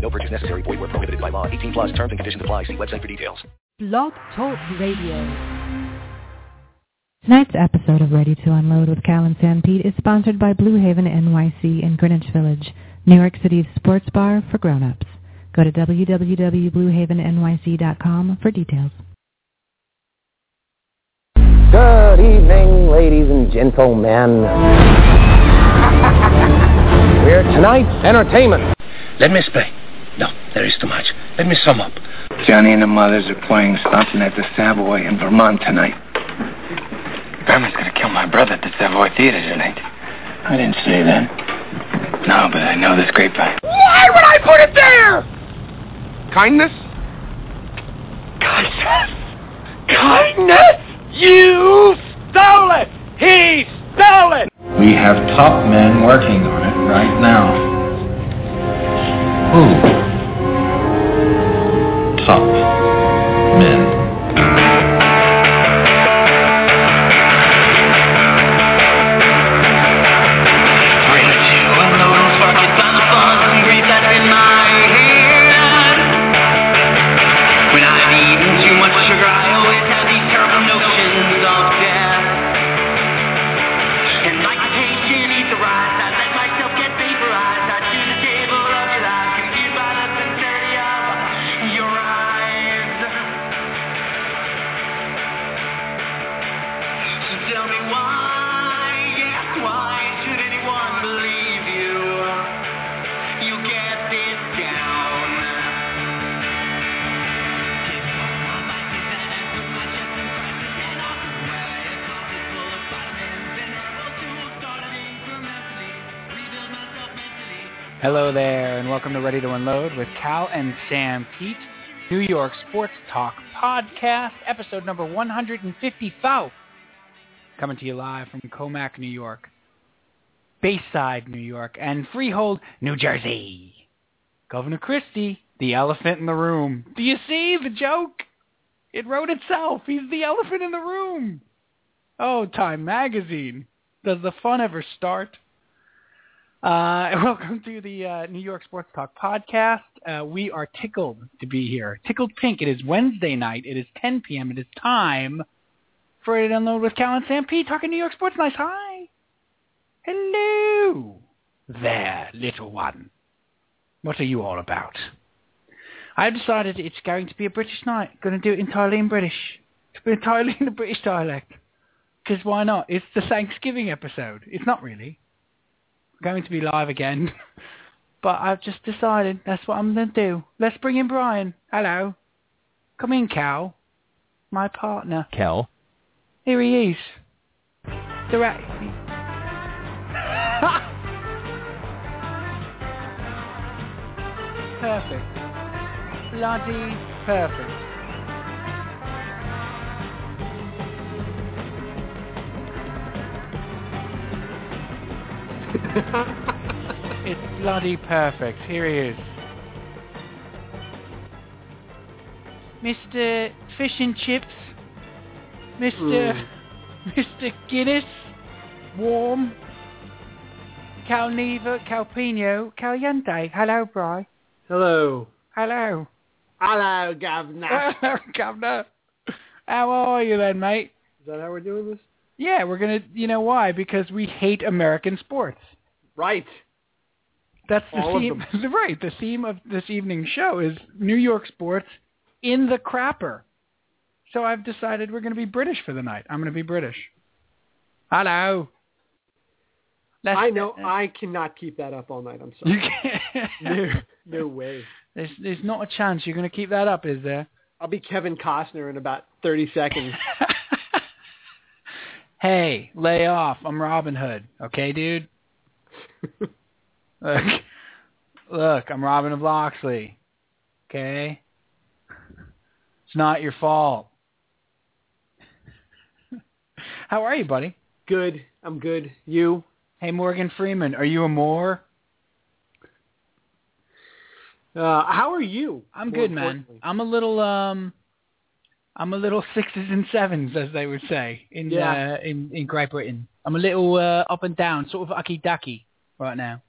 No purchase necessary. Void where prohibited by law. 18 plus terms and conditions apply. See website for details. Blog Talk Radio. Tonight's episode of Ready to Unload with Cal and Sanpete is sponsored by Blue Haven NYC in Greenwich Village, New York City's sports bar for grown-ups. Go to www.bluehavennyc.com for details. Good evening, ladies and gentlemen. We're tonight's entertainment. Let me explain. No, there is too much. Let me sum up. Johnny and the mothers are playing something at the Savoy in Vermont tonight. Grandma's gonna kill my brother at the Savoy Theater tonight. I didn't say that. No, but I know this grapevine. Why would I put it there? Kindness? Kindness? Kindness? You stole it! He stole it! We have top men working on it right now. Who? Top men. Tell me why, yes, why should anyone believe you? You get this down. Hello there, and welcome to Ready to Unload with Cal and Sam Pete, New York Sports Talk Podcast, episode number 155, coming to you live from Comac, New York, Bayside, New York, and Freehold, New Jersey. Governor Christie, the elephant in the room. Do you see the joke? It wrote itself. He's the elephant in the room. Oh, Time Magazine. Does the fun ever start? Uh, and welcome to the uh, New York Sports Talk podcast. Uh, we are tickled to be here. Tickled Pink. It is Wednesday night. It is 10 p.m. It is time for it unload with Cal and Sam P. Talking New York sports. Nice. Hi. Hello there, little one. What are you all about? I've decided it's going to be a British night. Going to do it entirely in British. To be entirely in the British dialect. Because why not? It's the Thanksgiving episode. It's not really going to be live again. but I've just decided that's what I'm going to do. Let's bring in Brian. Hello. Come in, Cal. My partner. Kel. Here he is. Direct. perfect. Bloody perfect. it's bloody perfect. Here he is. Mr. Fish and Chips. Mr. Mm. Mr. Guinness. Warm. Cal Neva, Cal Pino, Cal Yende. Hello, Bry. Hello. Hello. Hello, Governor. Hello, Governor. How are you then, mate? Is that how we're doing this? Yeah, we're going to, you know why? Because we hate American sports. Right. That's the All of theme. right. The theme of this evening's show is New York sports in the crapper. So I've decided we're going to be British for the night. I'm going to be British. Hello. Let's- I know I cannot keep that up all night. I'm You sorry. can't. no, no way. there's, there's not a chance you're going to keep that up, is there? I'll be Kevin Costner in about 30 seconds. hey, lay off. I'm Robin Hood. Okay, dude? look, look, I'm Robin of Loxley. Okay? It's not your fault. How are you, buddy? Good. I'm good. You? Hey, Morgan Freeman, are you a Moor? Uh, how are you? I'm More good, man. importantly. I'm a little um, I'm a little sixes and sevens, as they would say in Yeah. uh, in in Great Britain. I'm a little uh, up and down, sort of ucky ducky right now.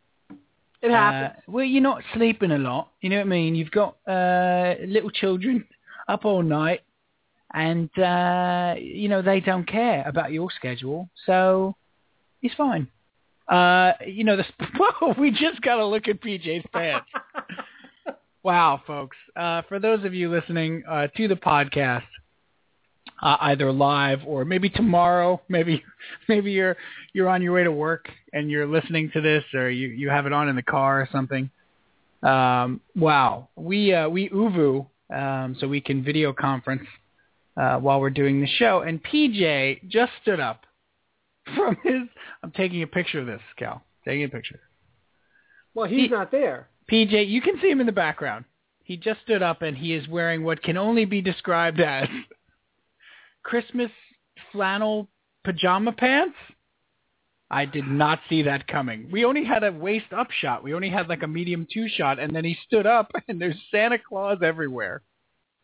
It happens. Uh, well, you're not sleeping a lot. You know what I mean? You've got uh, little children up all night, and uh, you know they don't care about your schedule, so it's fine. Uh, you know, the, whoa, we just got to look at PJ's pants. wow, folks. Uh, for those of you listening uh, to the podcast, uh, either live or maybe tomorrow, maybe maybe you're you're on your way to work and you're listening to this or you, you have it on in the car or something. Um, wow. We uh, we Uvu um, so we can video conference uh, while we're doing the show and PJ just stood up from his I'm taking a picture of this, Cal. Taking a picture. well, he's he- not there. PJ, you can see him in the background. He just stood up and he is wearing what can only be described as Christmas flannel pajama pants. I did not see that coming. We only had a waist up shot. We only had like a medium two shot and then he stood up and there's Santa Claus everywhere.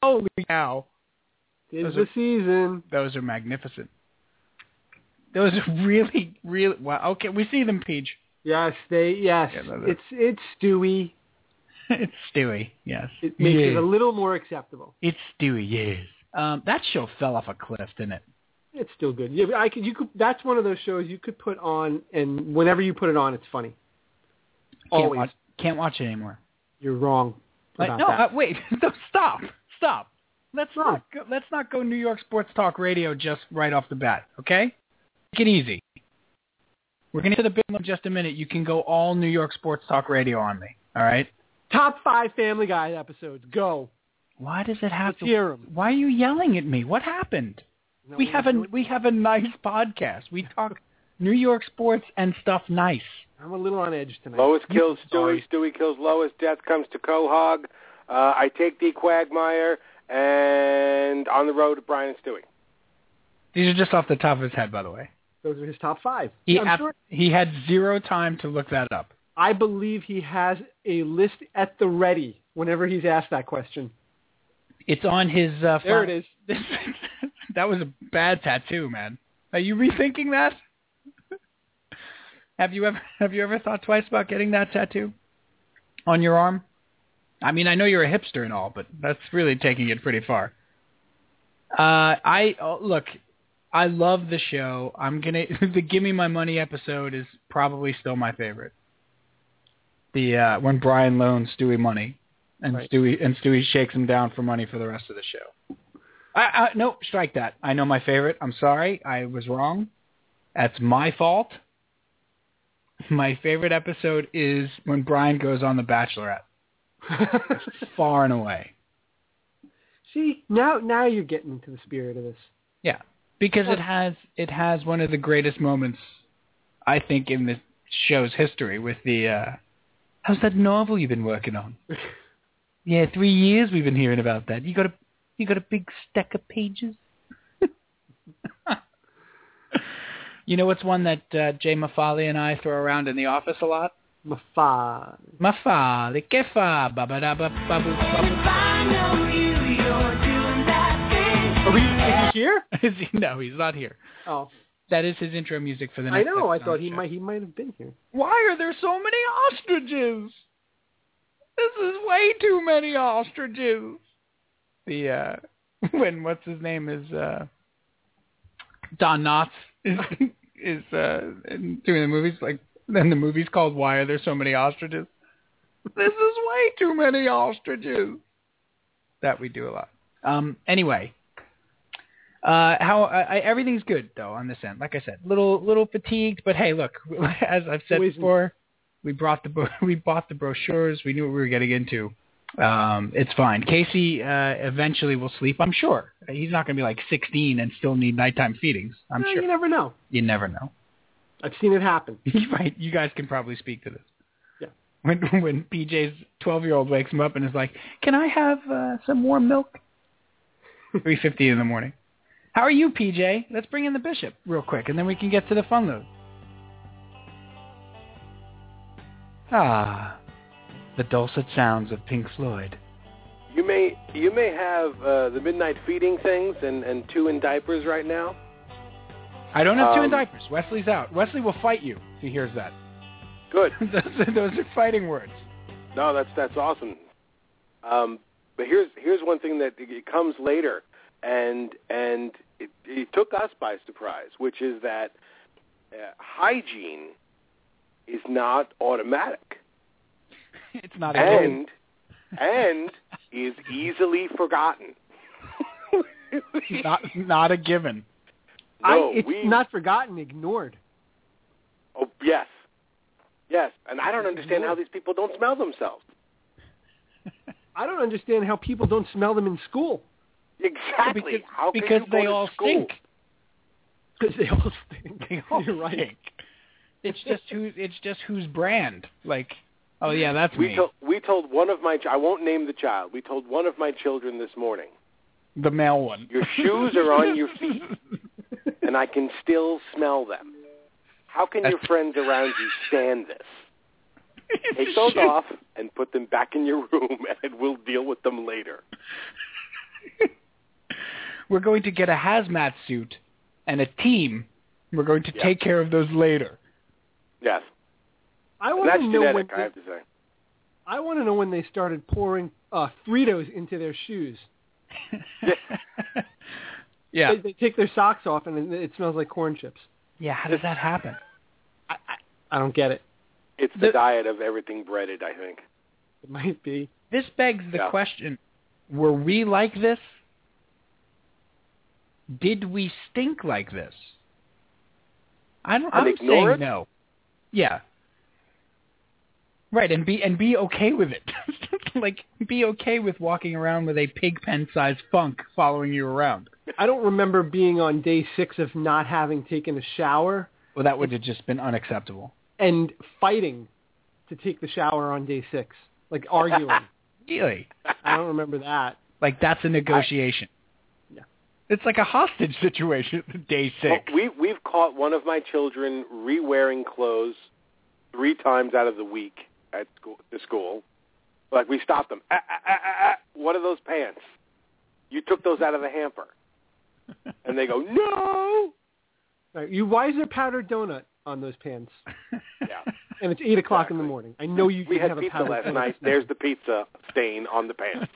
Holy cow. Tis Those the are- season. Those are magnificent. Those are really, really wow. Okay, we see them, Peach. Yes, they. Yes, Yeah, no, no. it's it's Stewie. it's Stewie, yes. It makes it Yeah. a little more acceptable. It's Stewie, yes. Um, that show fell off a cliff, didn't it? It's still good. Yeah, I could. You could. That's one of those shows you could put on, and whenever you put it on, it's funny. Can't Always. watch, can't watch it anymore. You're wrong Like, about no, that. uh, wait, no, stop, stop. Let's Wrong. not go, let's not go New York sports talk radio just right off the bat, okay? Take it easy. We're gonna hit the big one in just a minute. You can go all New York sports talk radio on me, all right? Top five Family Guy episodes. Go. Why does it have Let's to? hear 'em. Why are you yelling at me? What happened? No, we we're have a doing- we have a nice podcast. We talk New York sports and stuff nice. I'm a little on edge tonight. Lois You- kills sorry. Stewie. Stewie kills Lois. Death comes to Quahog. Uh, I take the Quagmire and on the road to Brian and Stewie. These are just off the top of his head, by the way. Those are his top five. He I'm ab- sure- he had zero time to look that up. I believe he has a list at the ready whenever he's asked that question. It's on his. Uh, There flat- it is. that was a bad tattoo, man. Are you rethinking that? have you ever have you ever thought twice about getting that tattoo on your arm? I mean, I know you're a hipster and all, but that's really taking it pretty far. Uh, I oh, look, I love the show. I'm gonna the "Give Me My Money" episode is probably still my favorite. The uh, when Brian loans Stewie money, and Right. Stewie and Stewie shakes him down for money for the rest of the show. I, I, no, strike that. I know my favorite. I'm sorry, I was wrong. That's my fault. My favorite episode is when Brian goes on The Bachelorette, far and away. See, now now you're getting into the spirit of this. Yeah, because it Well- has it has one of the greatest moments, I think, in the show's history. With the uh, how's that novel you've been working on? yeah, three years we've been hearing about that. You got a you got a big stack of pages. you know what's one that uh, Jay Mafali and I throw around in the office a lot? Mafa. Mafali kefa babadaba babu. babu. Are we is Oh, he here? Is he- no, he's not here. Oh, That is his intro music for the I next. know. I episode thought of the he show. might he might have been here. Why are there so many ostriches? This is way too many ostriches. The uh when what's his name is uh Don Knotts is is uh in- doing the movies like then the movie's called Why Are There So Many Ostriches? This is way too many ostriches. That we do a lot. Um anyway. Uh, how I, I, everything's good though on this end. Like I said, little little fatigued, but hey, look, as I've said Who isn't? before, we brought the bro- we bought the brochures. We knew what we were getting into. Um, it's fine. Casey uh, eventually will sleep. I'm sure he's not going to be like 16 and still need nighttime feedings. I'm Eh, sure You never know. you never know. I've seen it happen. You might, you guys can probably speak to this. Yeah. When when PJ's 12 year old wakes him up and is like, "Can I have uh, some warm milk?" three fifty in the morning. How are you, PJ? Let's bring in the bishop real quick, and then we can get to the fun load. Ah, the dulcet sounds of Pink Floyd. You may you may have uh, the midnight feeding things and, and two in diapers right now. I don't have two in Um, diapers. Wesley's out. Wesley will fight you if he hears that. Good. those, are, those are fighting words. No, that's that's awesome. Um, but here's here's one thing that it comes later, and and it, it took us by surprise, which is that uh, hygiene is not automatic It's not a game. and and is easily forgotten. Not, not a given. I, no, it's we not forgotten, ignored. Oh yes, yes, and I don't understand how these people don't smell themselves. I don't understand how people don't smell them in school Exactly. Because, how can because you go they to all school? stink. because they all stink. They all You're right. stink. It's just who. It's just whose brand. Like, oh yeah, that's We me. told we told one of my ch- I won't name the child. We told one of my children this morning. the male one. Your shoes are on your feet, and I can still smell them. How can your friends around you stand this? Take those off and put them back in your room, and we'll deal with them later. We're going to get a hazmat suit and a team. We're going to Yeah. take care of those later. Yes, I And want that's to know when genetic. I they, have to say. I want to know when they started pouring uh, Fritos into their shoes. yeah. They, they take their socks off and it, it smells like corn chips. Yeah. How does that happen? I, I, I don't get it. It's the, The- diet of everything breaded. I think. It might be. This begs the Yeah. question: Were we like this? Did we stink like this? I don't. And I'm saying ignore it? no. Yeah. Right, and be and be okay with it. like, be okay with walking around with a pig pen sized funk following you around. I don't remember being on day six of not having taken a shower Well, that would have just been unacceptable. and fighting to take the shower on day six, like arguing. Really? I don't remember that. Like that's a negotiation. Yeah. Oh, It's like a hostage situation. Day Well, six. we we've caught one of my children re-wearing clothes three times out of the week at school. To school, like we stopped them. Ah, ah, ah, ah, ah, what are those pants? You took those out of the hamper, and they go no. All right, you why is there powdered donut on those pants? Yeah. And it's eight o'clock in the Exactly. morning. I know you We can had have a pizza powdered last donut. night. There's the pizza stain on the pants.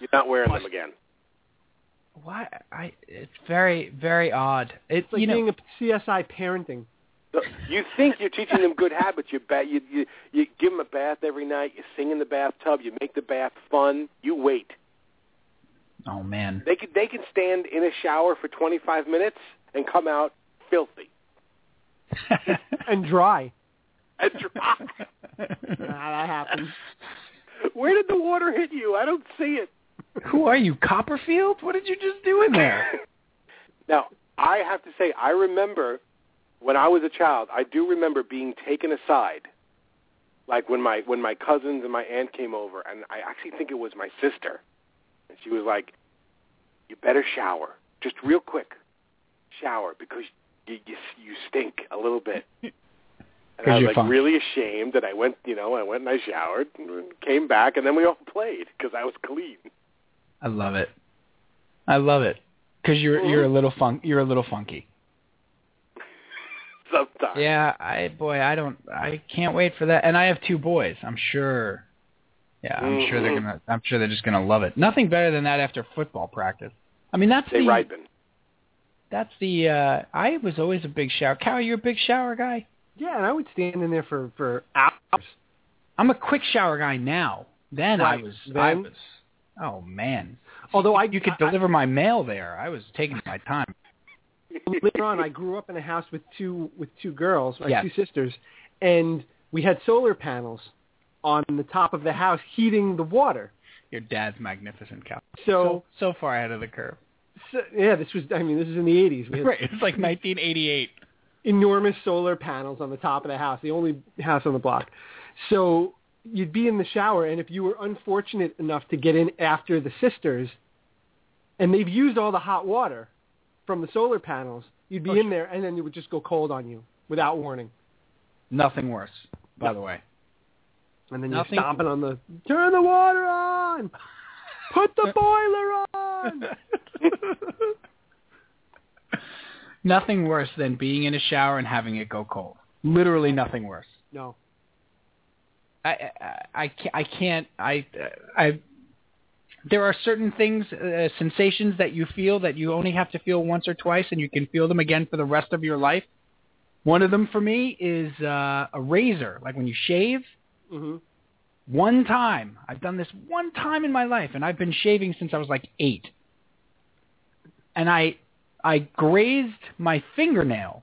You're not wearing them again. Why? I. It's very, very odd. It's It's like you know, being a CSI parenting. So you think you're teaching them good habits. You, ba- you you you give them a bath every night. You sing in the bathtub. You make the bath fun. You wait. Oh man. They can they can stand in a shower for 25 minutes and come out filthy And dry. and dry. Nah, that happens. Where did the water hit you? I don't see it. Who are you, Copperfield? What did you just do in there? Now I have to say I remember when I was a child. I do remember being taken aside, like when my when my cousins and my aunt came over, and I actually think it was my sister, and she was like, "You better shower, just real quick, shower because you you, you stink a little bit." And I 'Cause was you're like fine. really ashamed that I went, you know, I went and I showered and came back, and then we all played because I was clean. I love it. I love it. Because you're you're a little fun. You're a little funky. Sometimes, Yeah. I boy. I don't. I can't wait for that. And I have two boys. I'm sure. Yeah. I'm sure they're Mm-hmm. gonna. Mhm. I'm sure they're just gonna love it. Nothing better than that after football practice. I mean, that's they the. ripen. That's the. uh I was always a big shower. Cow, you're a big shower guy. Yeah, and I would stand in there for for hours. I'm a quick shower guy now. Then I Right. was. I Then- was. Oh man. Although I you could I, deliver my mail there. I was taking my time. later on I grew up in a house with two with two girls, like Yes. two sisters, and we had solar panels on the top of the house heating the water. Your dad's magnificent cow. So, so far ahead of the curve. so yeah, this was I mean this is in the 80s. We had Right, it's like 1988. enormous solar panels on the top of the house, the only house on the block. So you'd be in the shower, and if you were unfortunate enough to get in after the sisters, and they've used all the hot water from the solar panels, you'd be Oh, in sure. there, and then it would just go cold on you without warning. Nothing worse, by the way. And then Nothing- you're stomping on the turn the water on, put the boiler on. nothing worse than being in a shower and having it go cold. Literally nothing worse. No, I I, I ca- I can't I I there are certain things uh, sensations that you feel that you only have to feel once or twice and you can feel them again for the rest of your life. One of them for me is uh, a razor, like when you shave Mm-hmm. hmm one time. I've done this one time in my life, and I've been shaving since I was like eight. And I, I grazed my fingernail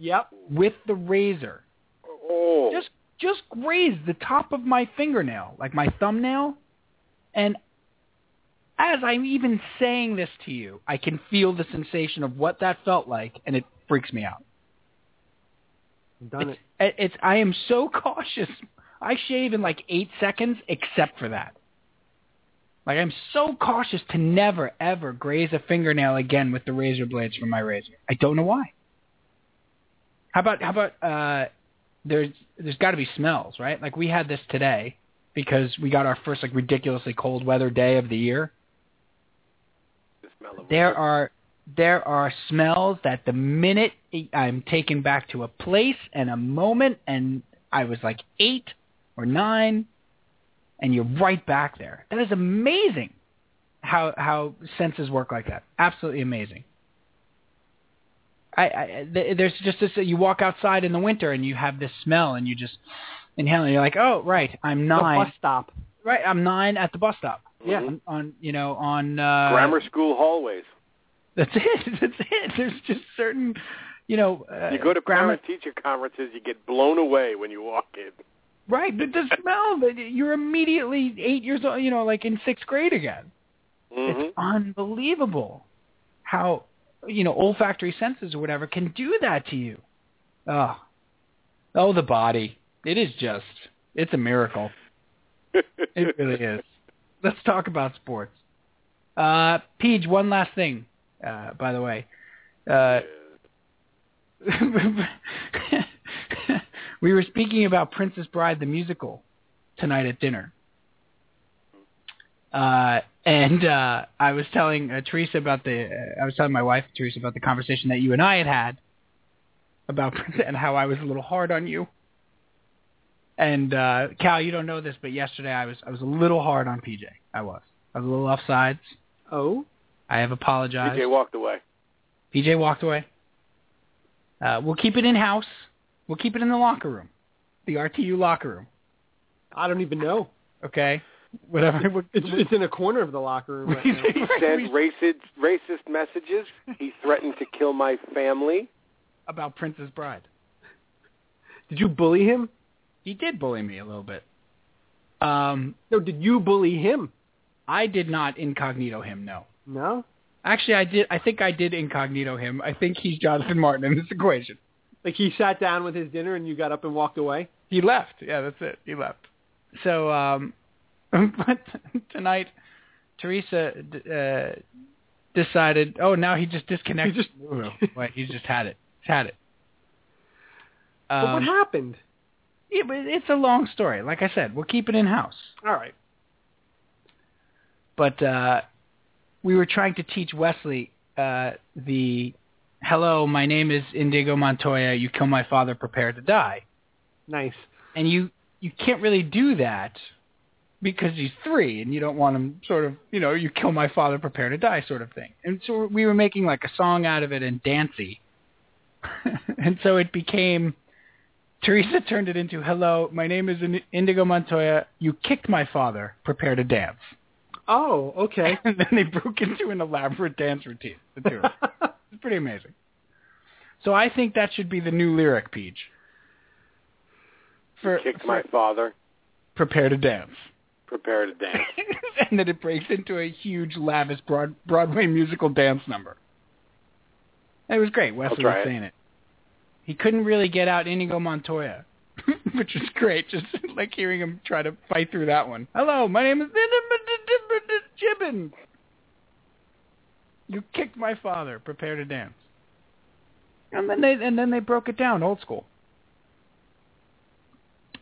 yep, with the razor. Oh, Just, just grazed the top of my fingernail, like my thumbnail. And as I'm even saying this to you, I can feel the sensation of what that felt like, and it freaks me out. done it. it's, it- It's I am so cautious. I shave in like eight seconds, except for that. Like I'm so cautious to never ever graze a fingernail again with the razor blades from my razor. I don't know why. How about how about uh, there's there's got to be smells, right? Like we had this today because we got our first like ridiculously cold weather day of the year the smell of there rubber. are there are smells that the minute I'm taken back to a place and a moment, and I was like eight or nine, and you're right back there. That is amazing. How how senses work like that? Absolutely amazing. I, I th- there's just this you walk outside in the winter and you have this smell and you just inhale and you're like oh right I'm The nine bus Mm-hmm. stop. right I'm nine at the bus stop Yeah. on, on you know on uh, Grammar school hallways. that's it. That's it. There's just certain, you know, uh, You go to grammar. parent-teacher conferences, you get blown away when you walk in. Right, but the smell that you're immediately eight years old. You know, like in sixth grade again. hmm It's unbelievable how you know olfactory senses or whatever can do that to you. Oh, oh, the body. It is just. It's a miracle. It really is. Let's talk about sports. Uh, Peach, one last thing, uh, by the way. Uh, we were speaking about Princess Bride the musical tonight at dinner. Uh, and uh, I was telling uh, Teresa about the, uh, I was telling my wife Teresa about the conversation that you and I had had about Princess and how I was a little hard on you. And uh, Cal, you don't know this, but yesterday I was I was a little hard on PJ. I was I was a little offsides. Oh, I have apologized. DJ walked away. PJ walked away. Uh, we'll keep it in house. We'll keep it in the locker room, the RTU locker room. I don't even know. Okay, whatever. It's it's in a corner of the locker room. Right now. He sent racist racist messages. He threatened to kill my family. about Princess Bride. Did you bully him? He did bully me a little bit. Um, No, did you bully him? I did not incognito him. No, No. actually, I did. I think I did incognito him. I think he's Jonathan Martin in this equation. Like he sat down with his dinner and you got up and walked away. He left. Yeah, that's it. He left. So, um, but tonight, Teresa d- uh, decided. Oh, now he just disconnected. He just- Wait, he just had it. He's had it. but what Um, happened? yeah, but it's a long story. Like I said, we'll keep it in house. All right. But uh, we were trying to teach Wesley uh, the "Hello, my name is Indigo Montoya. You kill my father. Prepare to die." Nice. and you you can't really do that because he's three and you don't want him sort of you know you kill my father prepare to die sort of thing and so we were making like a song out of it and dancey and so it became teresa turned it into hello my name is In- indigo montoya you kicked my father prepare to dance Oh, okay. and then they broke into an elaborate dance routine the two of them. it's pretty amazing so i think that should be the new lyric peach for, Kicked for my father. prepare to dance Prepare to dance. and then it breaks into a huge, lavish broad, Broadway musical dance number. It was great. Wesley try was it. saying it. He couldn't really get out Inigo Montoya, which was great. Just like hearing him try to fight through that one. Hello, my name is Jibbin. You kicked my father. Prepare to dance. And then they and then they broke it down old school.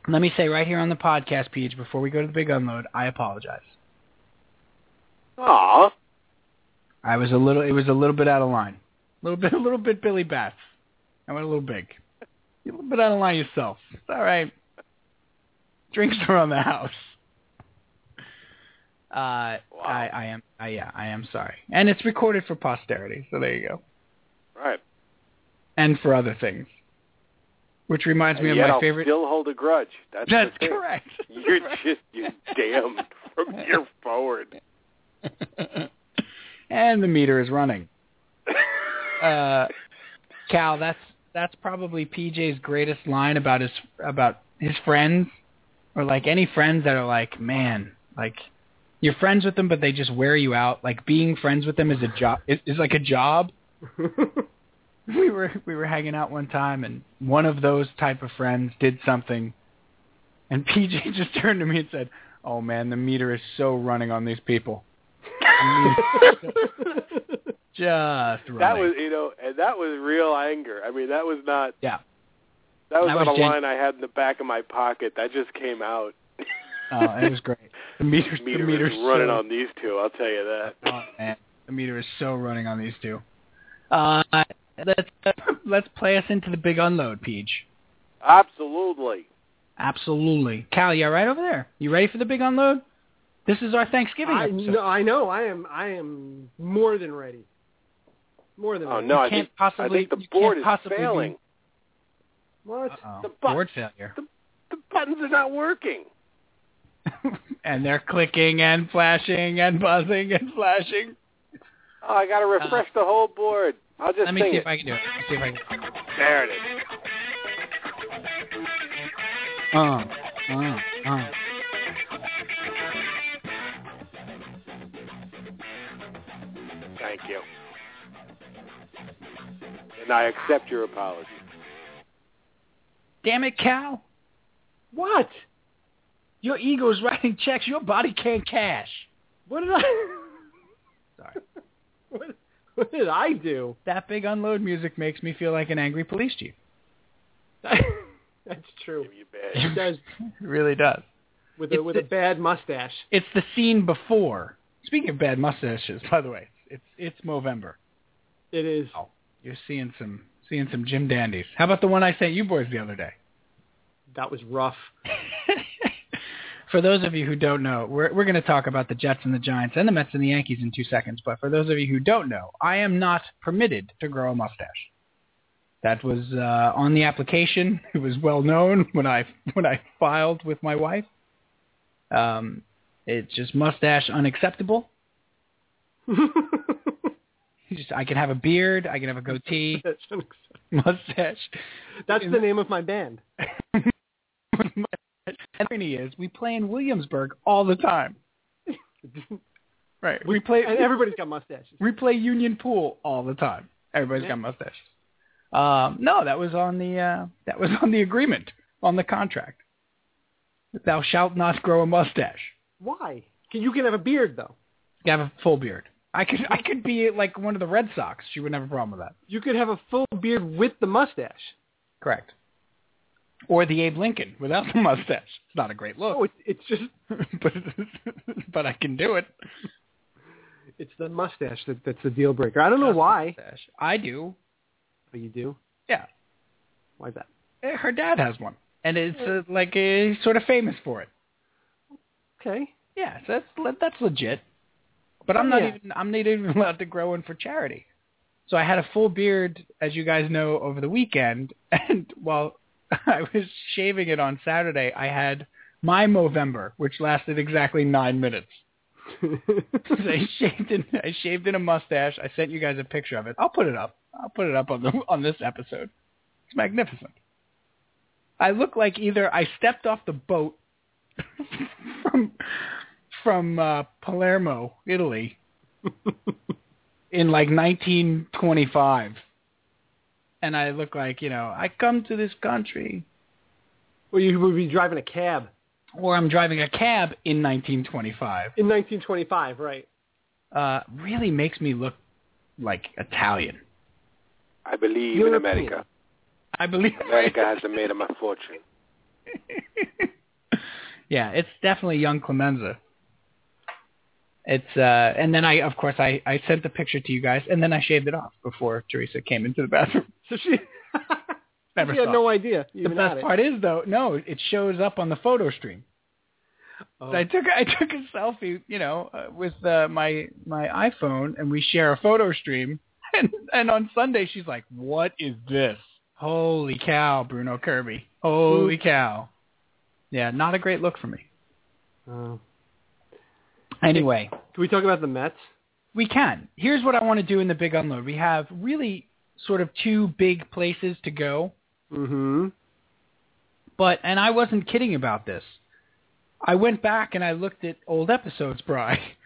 Let me say right here on the podcast page before we go to the big unload, I apologize. Aw. I was a little it was a little bit out of line. A little bit a little bit Billy Bats. I went a little big. You're a little bit out of line yourself. It's all right. Drinks are on the house. Uh, I, I am, I, yeah, I am sorry, and it's recorded for posterity. So there you go, Right. and for other things, which reminds me And of yet my I'll favorite. Still hold a grudge. That's, the That's thing. correct. You're just you damned from here forward. and the meter is running. Uh, Cal, that's that's probably PJ's greatest line about his about his friends, or like any friends that are like, man, like you're friends with them, but they just wear you out. Like being friends with them is a job is, is like a job. we were we were hanging out one time, and one of those type of friends did something, and PJ just turned to me and said, "Oh man, the meter is so running on these people." just running. That was you know, and that was real anger. I mean, that was not. Yeah. That was That not was a gen- line I had in the back of my pocket. That just came out. Oh, it was great. The meter, meter the meter's is running so, on these two. I'll tell you that. Oh, man. The meter is so running on these two. Uh, let's let's play us into the big unload, Peach. Absolutely. Absolutely, Cal. You all right over there? You ready for the big unload? This is our Thanksgiving I, episode. no, I know. I am. I am more than ready. More than Oh ready. no, I you can't think possibly. I think you the board can't is possibly failing. Be, What? uh-oh, The button. board failure. The buttons are not working. and they're clicking and flashing and buzzing and flashing. Oh, I gotta refresh the whole board. I'll just Uh, Let me sing see it. if I can do it. Let me see if I can. There it is. Uh, uh, uh. Thank you. And I accept your apology. Damn it, Cal. What? Your ego's writing checks. Your body can't cash. What did I? Sorry. What, what did I do? That big unload music makes me feel like an angry police chief. That's true. Give you bad. It does It really does. with a It's with a the- bad mustache. It's the scene before. Speaking of bad mustaches, by the way, it's it's Movember. It is. Oh. You're seeing some seeing some Jim Dandies. How about the one I sent you boys the other day? That was rough. for those of you who don't know, we're, we're going to talk about the Jets and the Giants and the Mets and the Yankees in two seconds. But for those of you who don't know, I am not permitted to grow a mustache. That was uh, on the application. It was well known when I when I filed with my wife. Um, it's just mustache unacceptable. Just, I can have a beard. I can have a goatee, That's unacceptable. mustache. That's the name of my band. and the irony is, we play in Williamsburg all the time. Right. We play And everybody's got mustaches. We play Union Pool all the time. Everybody's got mustaches. Um, no, that was on the uh, that was on the agreement on the contract. Thou shalt not grow a mustache. Why? Can, you can have a beard though. You have a full beard. I could I could be like one of the Red Sox. She wouldn't have a problem with that. You could have a full beard with the mustache. Correct. Or the Abe Lincoln without the mustache. It's not a great Oh, look, it's it's just but but I can do it. it's the mustache that, that's the deal breaker. I don't know why, Mustache. I do. but you do. Yeah. Why is that? Eh, Her dad has one, and it's uh, like uh, he's sort of famous for it. Okay. Yeah, so that's le- that's legit. But I'm not Oh, Yeah. even I'm not even allowed to grow one for charity. So I had a full beard, as you guys know, over the weekend, and while I was shaving it on Saturday, I had my Movember, which lasted exactly nine minutes. So I shaved in I shaved in a mustache. I sent you guys a picture of it. I'll put it up. I'll put it up on the on this episode. It's magnificent. I look like either I stepped off the boat from from uh, Palermo, Italy, in like 1925, and I look like you know I come to this country, well, you would be driving a cab or I'm driving a cab in 1925. in 1925, right? Uh, really makes me look like Italian. I believe in European. America. I believe. America has made him a fortune. yeah, it's definitely young Clemenza. It's uh, and then I of course I I sent the picture to you guys and then I shaved it off before Teresa came into the bathroom. So she, Never she had saw no idea. it. The Even had best it. part is though, no, it shows up on the photo stream. Oh. So I took I took a selfie, you know, uh, with uh, my my iPhone, and we share a photo stream. And and on Sunday, she's like, "What is this? Holy cow, Bruno Kirby! Holy cow!" Yeah, not a great look for me. Oh. Anyway, Can we talk about the Mets? we can. Here's what I want to do in the big unload. We have really sort of two big places to go. Mm-hmm. But and I wasn't kidding about this. I went back and I looked at old episodes, Bry.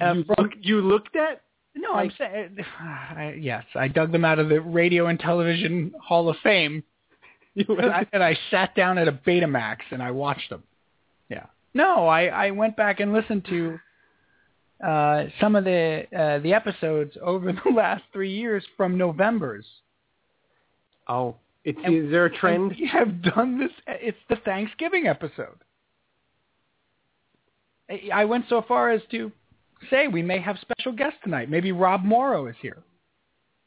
Uh, you, from- look- you looked at? No, I'm saying I, yes. I dug them out of the Radio and Television Hall of Fame, You and I, and I sat down at a Betamax and I watched them. Yeah. No, I, I went back and listened to uh, some of the uh, the episodes over the last three years from November's. oh, it's, And- is there a trend? And we have done this. It's the Thanksgiving episode. I- I went so far as to say we may have special guests tonight. Maybe Rob Morrow is here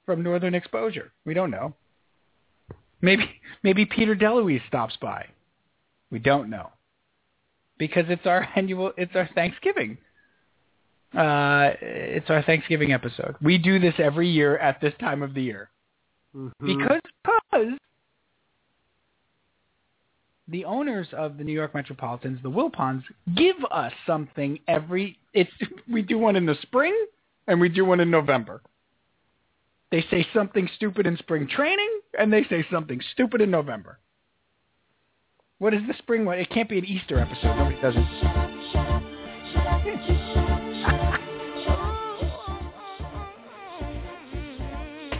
from Northern Exposure. We don't know. Maybe maybe Peter DeLuise stops by. We don't know because it's our annual. It's our Thanksgiving. Uh, it's our Thanksgiving episode. We do this every year at this time of the year Mhm. because because the owners of the New York Metropolitans, the Wilpons, give us something every. It's we do one in the spring and we do one in November. They say something stupid in spring training and they say something stupid in November. What is the spring one? It can't be an Easter episode. Nobody does it.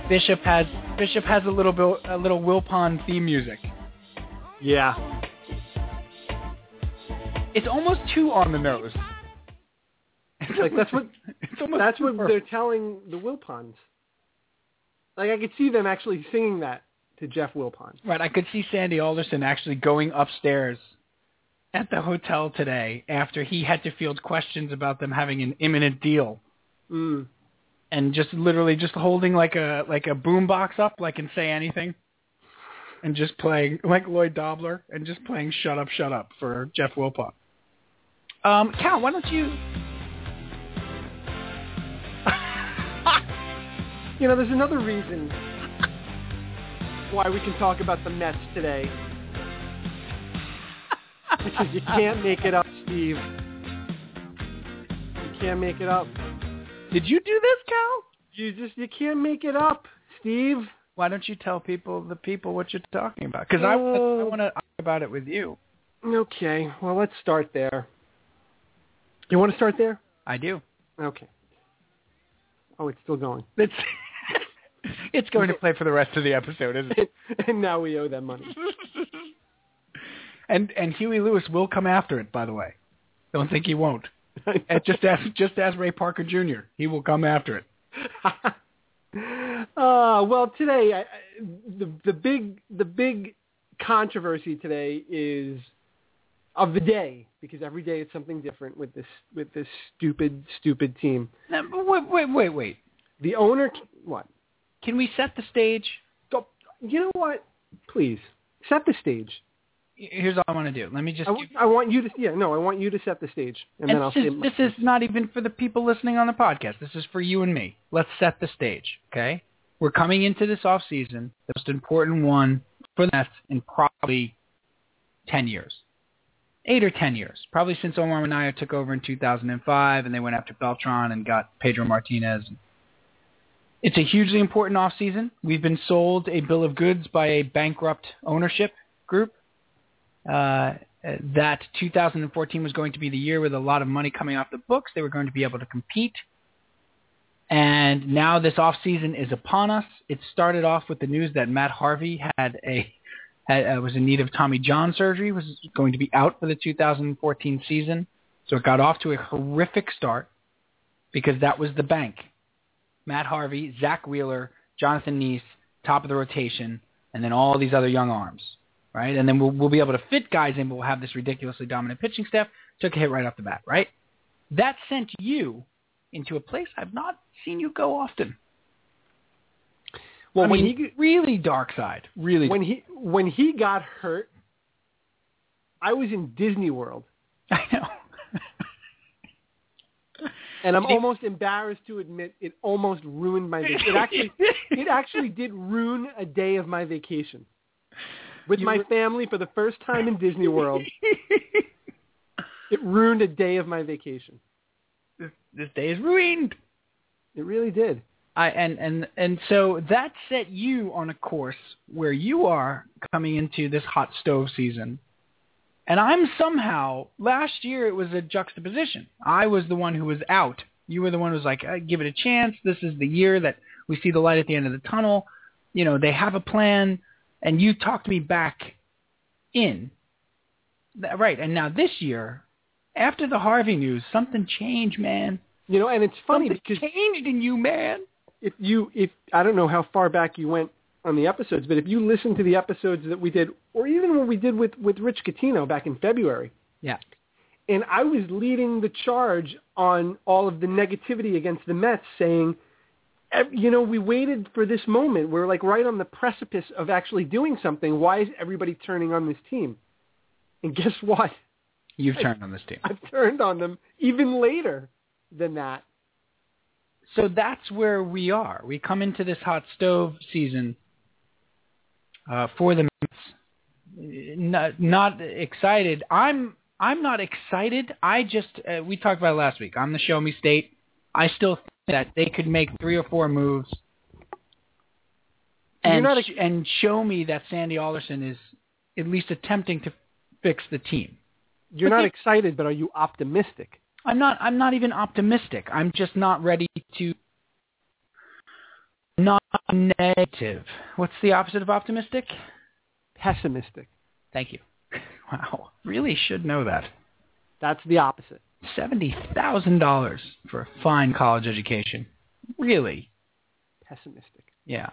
Bishop has Bishop has a little bit a little Wilpon theme music. yeah, It's almost too on the nose. It's Like, that's what- It's almost that's too what perfect. they're telling the Wilpons. Like I could see them actually singing that to Jeff Wilpon. Right, I could see Sandy Alderson actually going upstairs at the hotel today after he had to field questions about them having an imminent deal Mm. and just literally just holding like a like a boom box up like and say anything and just playing like Lloyd Dobler and just playing shut up shut up for Jeff Wilpon. Um Cal, why don't you You know, there's another reason why we can talk about the Mets today. Because you can't make it up, Steve. You can't make it up. Did you do this, Cal? You just you can't make it up, Steve. Why don't you tell people the people what you're talking about? Because I wanna- I Oh. want to talk about it with you. Okay, well let's start there. You want to start there? I do. Okay. Oh, it's still going. It's it's going to play for the rest of the episode, isn't it? and now we owe them money. And and Huey Lewis will come after it, by the way. Don't think he won't. And just ask just ask Ray Parker Jr. He will come after it. uh, well, today I, I, the the big the big controversy today is of the day because every day it's something different with this with this stupid stupid team. Now, but wait, wait, wait, wait. The owner, what? Can we set the stage? Don't- You know what? Please set the stage. Here's all I want to do. Let me I, just. w- give, I want you to yeah no I want you to set the stage and, then I'll this, say is, my- this is not even for the people listening on the podcast. This is for you and me. Let's set the stage, okay? We're coming into this off season, the most important one for the Nets in probably 10 years. Eight or 10 years. Probably since Omar Minaya took over in 2005 and they went after Beltran and got Pedro Martinez. It's a hugely important off season. We've been sold a bill of goods by a bankrupt ownership group uh, that 2014 was going to be the year with a lot of money coming off the books. They were going to be able to compete. And now this offseason is upon us. It started off with the news that Matt Harvey had a had, uh, was in need of Tommy John surgery, was going to be out for the 2014 season. So it got off to a horrific start because that was the bank. Matt Harvey, Zach Wheeler, Jonathan Neese, top of the rotation, and then all these other young arms, right? And then we'll, we'll be able to fit guys in, but we'll have this ridiculously dominant pitching staff. Took a hit right off the bat, right? That sent you into a place I've not seen you go often. Well, I when mean, he really dark side, really. when he when he got hurt, I was in Disney World, I know. and I'm Did he- almost embarrassed to admit it almost ruined my. vac- It actually it actually did ruin a day of my vacation with You my were- family for the first time in Disney World. It ruined a day of my vacation. this, this day is ruined. It really did. I and and and so that set you on a course where you are coming into this hot stove season. And I'm somehow last year it was a juxtaposition. I was the one who was out. You were the one who was like, uh, give it a chance. This is the year that we see the light at the end of the tunnel. You know, they have a plan, and you talked me back in. Th- Right, and now this year, after the Harvey news, something changed, man. You know, and it's funny Something because changed in you, man. if you if I don't know how far back you went on the episodes, but if you listen to the episodes that we did, or even when we did with with Rich Catino back in February, Yeah. and I was leading the charge on all of the negativity against the Mets, saying, "Ev- you know, we waited for this moment. We're like right on the precipice of actually doing something. Why is everybody turning on this team? And guess what? You've turned on this team. I've turned on them even later than that. So that's where we are. We come into this hot stove season uh, for the Mets. Not, not excited. I'm I'm not excited. I just uh, we talked about it last week. I'm the show me state. I still think that they could make three or four moves and You're not sh- and show me that Sandy Alderson is at least attempting to fix the team. You're But not they- excited, but are you optimistic? I'm not I'm not even optimistic. I'm just not ready to not negative. What's the opposite of optimistic? Pessimistic. Thank you. Wow. Really should know that. That's the opposite. Seventy thousand dollars for a fine college education. Really? Pessimistic. Yeah.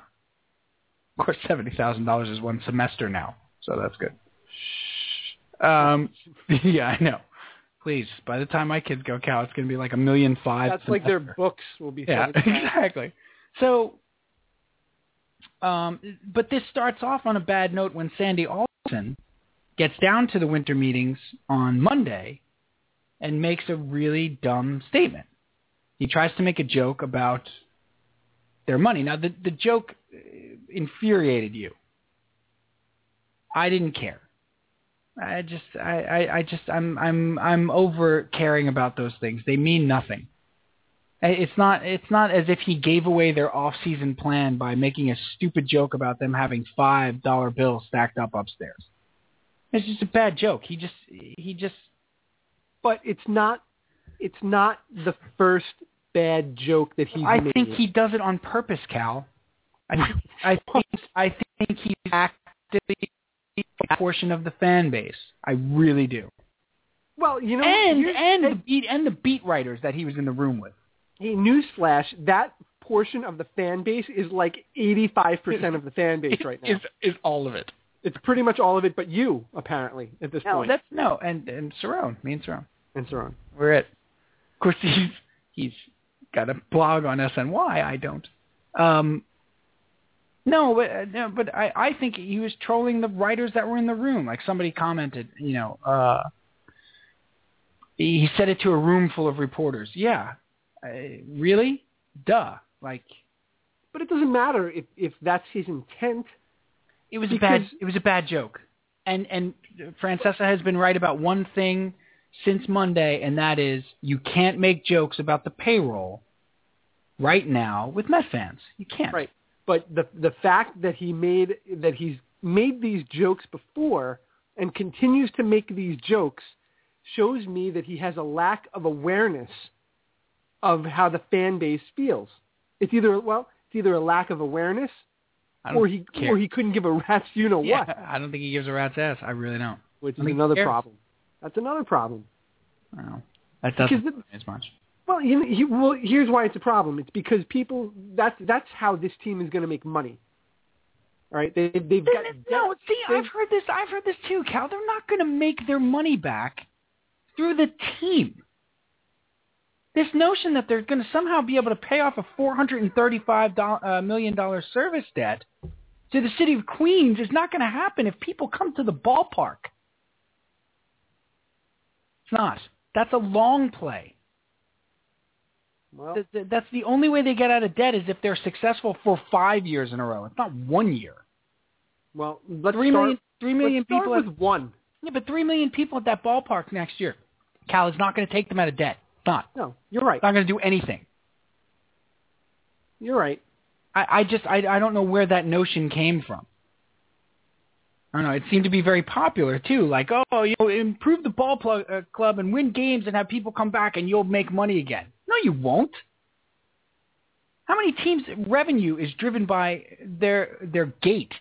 Of course seventy thousand dollars is one semester now, so that's good. Um yeah, I know. Please, by the time my kids go Cal, it's gonna be like a million five. That's like their semester. books will be. Yeah, seventy five. exactly. So, um, but this starts off on a bad note when Sandy Alderson gets down to the winter meetings on Monday and makes a really dumb statement. He tries to make a joke about their money. Now, the, the joke uh, infuriated you. I didn't care. I just, I, I, I just, I'm, I'm, I'm over caring about those things. They mean nothing. I- It's not it's not as if he gave away their off-season plan by making a stupid joke about them having five dollar bills stacked up upstairs. It's just a bad joke. He just he just But it's not. It's not the first bad joke that he's I made. think he does it on purpose, Cal. I think I think I think he's actively a portion of the fan base. I really do. Well, you know, And here's- and the beat and the beat writers that he was in the room with. hey, newsflash: that portion of the fan base is like eighty-five percent of the fan base right now. Is is all of it. It's pretty much all of it, but you apparently at this No, point. that's no and and Cerrone, me and Cerrone. and so on. We're it. Of course, he's he's got a blog on SNY. I don't. Um, no, but uh, no, but I I think he was trolling the writers that were in the room. Like somebody commented, you know, uh, he he said it to a room full of reporters. Yeah, uh, really? Duh. Like But it doesn't matter if if that's his intent. it was a bad Because- it was a bad joke. And and Francesca has been right about one thing since Monday, and that is you can't make jokes about the payroll right now with Met fans. You can't. Right. But the the fact that he made that he's made these jokes before and continues to make these jokes shows me that he has a lack of awareness of how the fan base feels. It's either well, it's either a lack of awareness I don't or he care. or he couldn't give a rat's you know yeah, what, I don't think he gives a rat's ass. I really don't. which I is mean, another cares? problem. That's another problem. I don't know. That doesn't Because the- as much. Well, you he, well, here's why it's a problem. It's because people that's that's how this team is going to make money. All right, they they've got No, see, I've they've- heard this. I've heard this too, Cal. They're not going to make their money back through the team. This notion that they're going to somehow be able to pay off a four hundred and thirty-five uh, million dollar service debt to the city of Queens is not going to happen if people come to the ballpark. It's not. That's a long play. well, Th- th- That's the only way they get out of debt is if they're successful for five years in a row. It's not one year. well, let's Three start, million, three million let's start people. at- with one. Yeah, but three million people at that ballpark next year. Cal is not going to take them out of debt. It's Not. No, you're right. It's Not going to do anything. You're right. I, I just I, I don't know where that notion came from. I don't know. It seemed to be very popular too. Like, oh, you know, improve the ball pl- uh, club and win games and have people come back and you'll make money again. No, you won't. How many teams' revenue is driven by their their gate?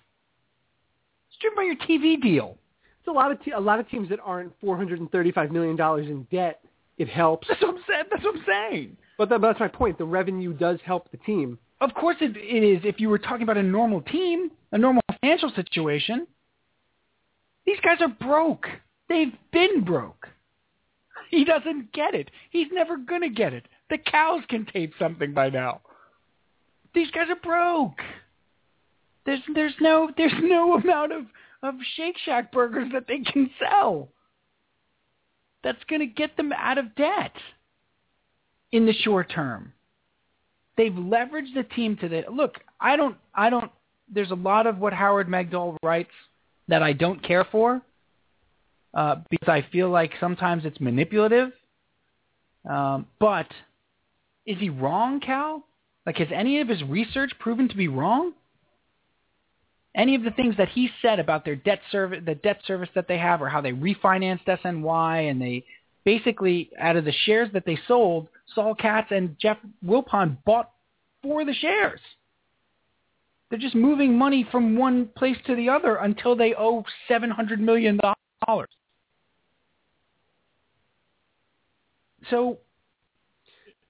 It's driven by your TV deal. It's a lot of te- a lot of teams that aren't 435 million dollars in debt. It helps, That's what I'm saying. That's what I'm saying. but, that, but that's my point. The revenue does help the team. Of course it, it is. If you were talking about a normal team, a normal financial situation, these guys are broke. They've been broke. He doesn't get it. He's never going to get it. The cows can tape something by now. These guys are broke. There's there's no there's no amount of of Shake Shack burgers that they can sell. That's going to get them out of debt in the short term they've leveraged the team to the look. I don't. I don't. There's a lot of what Howard Magdal writes that I don't care for uh, because I feel like sometimes it's manipulative. Um, but is he wrong, Cal? Like, has any of his research proven to be wrong? Any of the things that he said about their debt service, the debt service that they have, or how they refinanced SNY, and they basically out of the shares that they sold, Saul Katz and Jeff Wilpon bought for the shares. They're just moving money from one place to the other until they owe seven hundred million dollars. So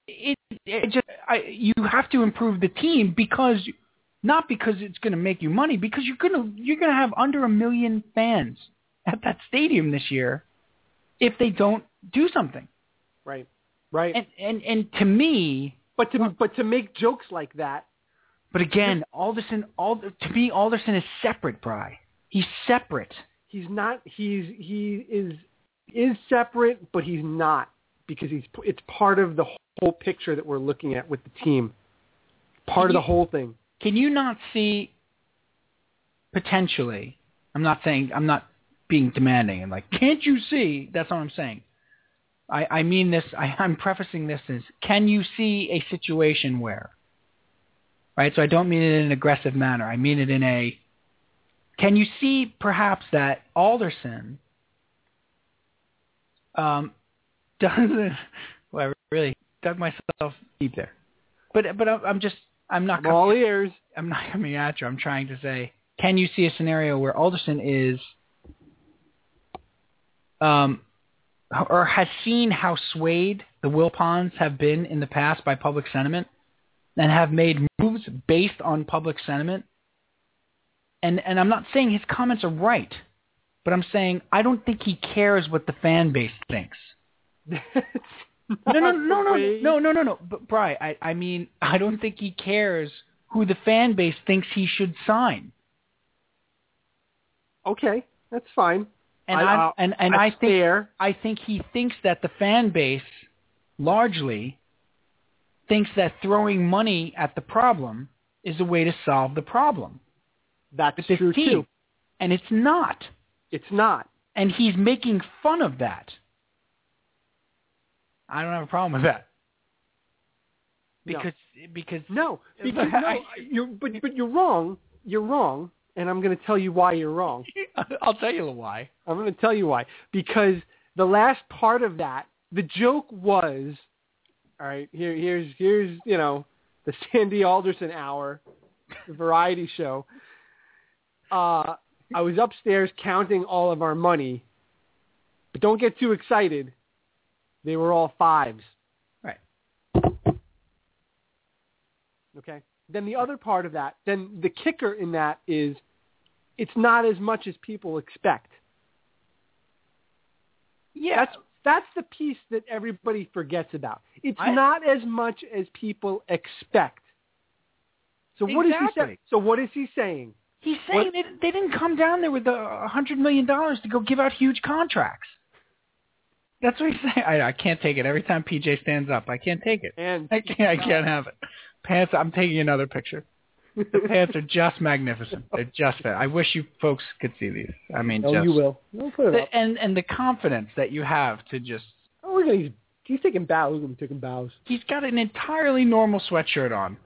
it, it just I, you have to improve the team because not because it's going to make you money because you're going to you're going to have under a million fans at that stadium this year if they don't do something. Right. Right. And and and to me, but to but to make jokes like that, but again, Alderson, all to me, Alderson is separate, Bry. He's separate. he's not. He's he is is separate, but he's not because he's it's part of the whole picture that we're looking at with the team. Part of the You- whole thing. Can you not see potentially? I'm not saying I'm not being demanding. I'm like, can't you see? That's what I'm saying. I, I mean this. I, I'm prefacing this as, can you see a situation where? Right. So I don't mean it in an aggressive manner. I mean it in a. Can you see perhaps that Alderson um, doesn't? Well, I really dug myself deep there, but but I'm- I'm just I'm not. I'm all ears. I'm not coming at you. I'm trying to say, can you see a scenario where Alderson is, um, or has seen how swayed the Wilpons have been in the past by public sentiment, and have made moves based on public sentiment? And and I'm not saying his comments are right, but I'm saying I don't think he cares what the fan base thinks. No, no, no, no, no, no, no, no. But Bry, I, I mean, I don't think he cares who the fan base thinks he should sign. Okay, that's fine. And I- I, I'll- and and I That's think fair. I think he thinks that the fan base largely thinks that throwing money at the problem is a way to solve the problem. That's With this true team. too. And it's not. It's not. And he's making fun of that. I don't have a problem with that. No. Because because No, Yeah, because but no, I- you're, but but you're wrong. You're wrong, and I'm going to tell you why you're wrong. I'll tell you why. I'm going to tell you why. Because the last part of that, the joke was, all right, here, here's, here's, you know, the Sandy Alderson hour, the variety show. Uh, I was upstairs counting all of our money, but don't get too excited. They were all fives. Right. Okay. Then the other part of that, then the kicker in that is it's not as much as people expect. Yeah. That's that's the piece that everybody forgets about. It's I- not as much as people expect. So what is he Exactly. saying? So what is he saying? He's saying they, they didn't come down there with a hundred million dollars to go give out huge contracts. That's what he's saying. I, I can't take it. Every time PJ stands up, I can't take it. And I can't. I can't have it. Pants. I'm taking another picture. The pants are just magnificent. They're just. fa- I wish you folks could see these. I mean, oh, just, you will. We'll put it up. The, and and the confidence that you have to just. Oh, look at he's he's taking bows. Look at him taking bows. He's got an entirely normal sweatshirt on.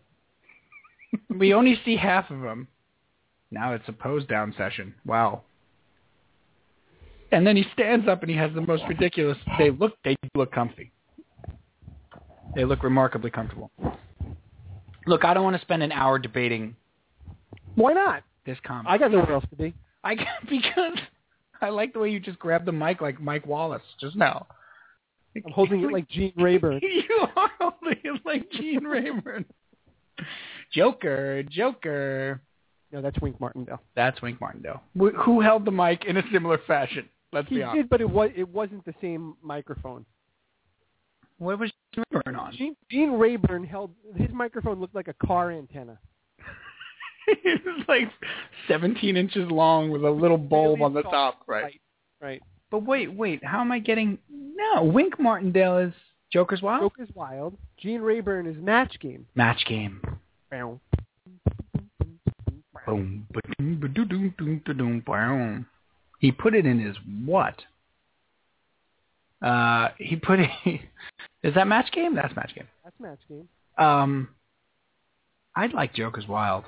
we only see half of him. Now it's a pose down session. Wow. And then he stands up and he has the most ridiculous. They look. They look comfy. They look remarkably comfortable. Look, I don't want to spend an hour debating Why not? this comment. I got nowhere else to be. I can't because I like the way you just grabbed the mic like Mike Wallace just now. I'm holding it like Gene Rayburn. you are holding it like Gene Rayburn. Joker, Joker. No, that's Wink Martindale. That's Wink Martindale. Wh- Who held the mic in a similar fashion? Let's He be honest. did, but it was it wasn't the same microphone. What was Gene Rayburn on? Gene, Gene Rayburn held his microphone looked like a car antenna. it was like 17 inches long with a little bulb Really on the soft top, right? Right. right. But wait, wait. How am I getting? No, Wink Martindale is Joker's Wild Joke is wild. Gene Rayburn is match game. match game. Boom, ba-doom, ba-doo-doom, doom, da-doom, boom. He put it in his what? Uh, he put it. Is that match game? That's match game. That's match game. Um, I'd like Joker's Wild.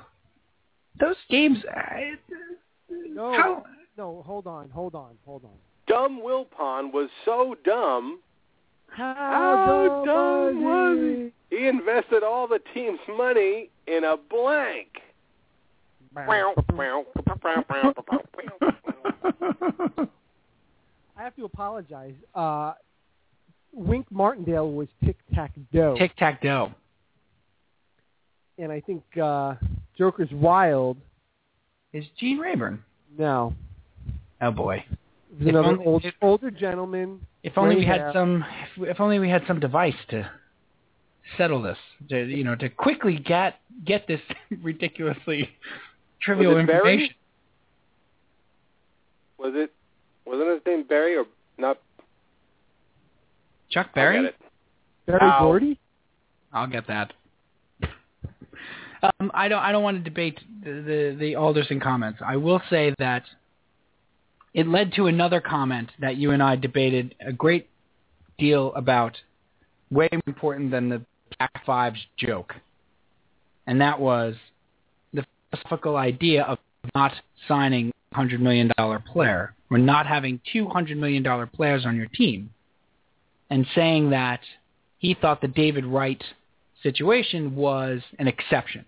Those games. uh, I, No. How? No, hold on, hold on, hold on. Dumb Wilpon was so dumb, How dumb was he? he invested all the team's money in a blank. I have to apologize. Uh, Wink Martindale was Tic Tac Doe, Tic Tac Toe. and I think uh, Joker's Wild. Is Gene Rayburn? No, Oh boy. is If another only- old, if- older gentleman. If only Gray we had hair. some. If, if only we had some device to settle this. To, you know, to quickly get get this ridiculously trivial Was it Barry? information. Was it? Wasn't his name Barry or not? Chuck I get Berry. it. Barry Ow. Gordy. I'll get that. Um, I don't. I don't want to debate the, the the Alderson comments. I will say that it led to another comment that you and I debated a great deal about, way more important than the Pac Five's joke, and that was the philosophical idea of not signing a hundred million dollar player or not having two hundred million dollar players on your team, and saying that he thought the David Wright situation was an exception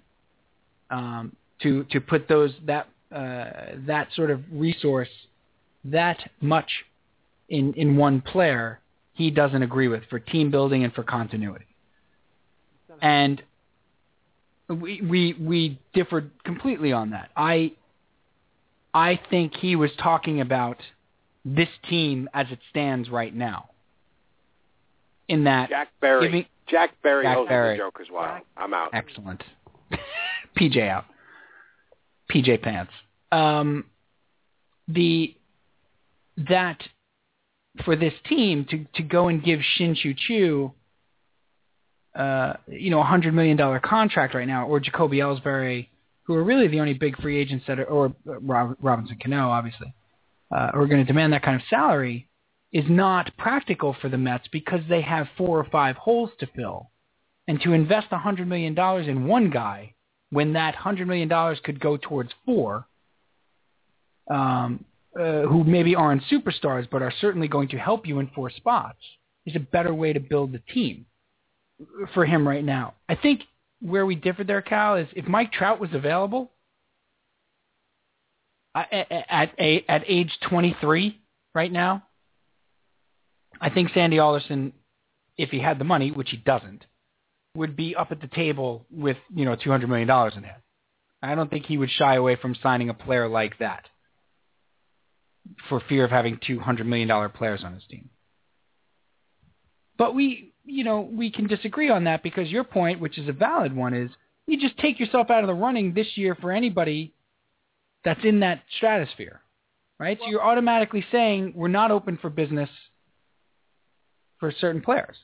um, to to put those that uh, that sort of resource that much in in one player he doesn't agree with for team building and for continuity and we we we differed completely on that i i think he was talking about this team as it stands right now in that Jack Barry. Giving- Jack Barry Jack hosted Barry. the Joker's Wild. I'm out. Excellent. PJ out. PJ pants. Um, the that for this team to to go and give Shin Chu Chu, uh, you know, a hundred million dollar contract right now, or Jacoby Ellsbury, who are really the only big free agents that are, or uh, Rob, Robinson Cano, obviously, uh, who are going to demand that kind of salary, is not practical for the Mets because they have four or five holes to fill and to invest $100 million in one guy when that $100 million could go towards four um, uh, who maybe aren't superstars but are certainly going to help you in four spots is a better way to build the team for him right now. I think where we differed there, Cal, is if Mike Trout was available I- a- a- at, a, at age 23 right now, I think Sandy Alderson, if he had the money, which he doesn't, would be up at the table with you know two hundred million dollars in hand. I don't think he would shy away from signing a player like that for fear of having two hundred million dollar players on his team. But we, you know, we can disagree on that because your point, which is a valid one, is you just take yourself out of the running this year for anybody that's in that stratosphere, right? so you're automatically saying we're not open for business for certain players.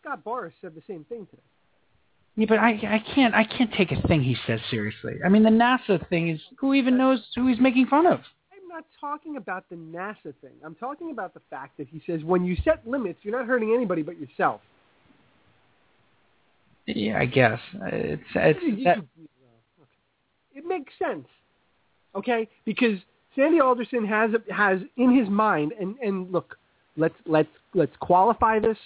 Scott Boris said the same thing today. Yeah, but I, I can't I can't take a thing he says seriously. I mean, the NASA thing is who even knows who he's making fun of. I'm not talking about the NASA thing. I'm talking about the fact that he says when you set limits, you're not hurting anybody but yourself. Yeah, I guess it's it's that, It makes sense, okay? Because Sandy Alderson has has in his mind, and and look, let's let's let's qualify this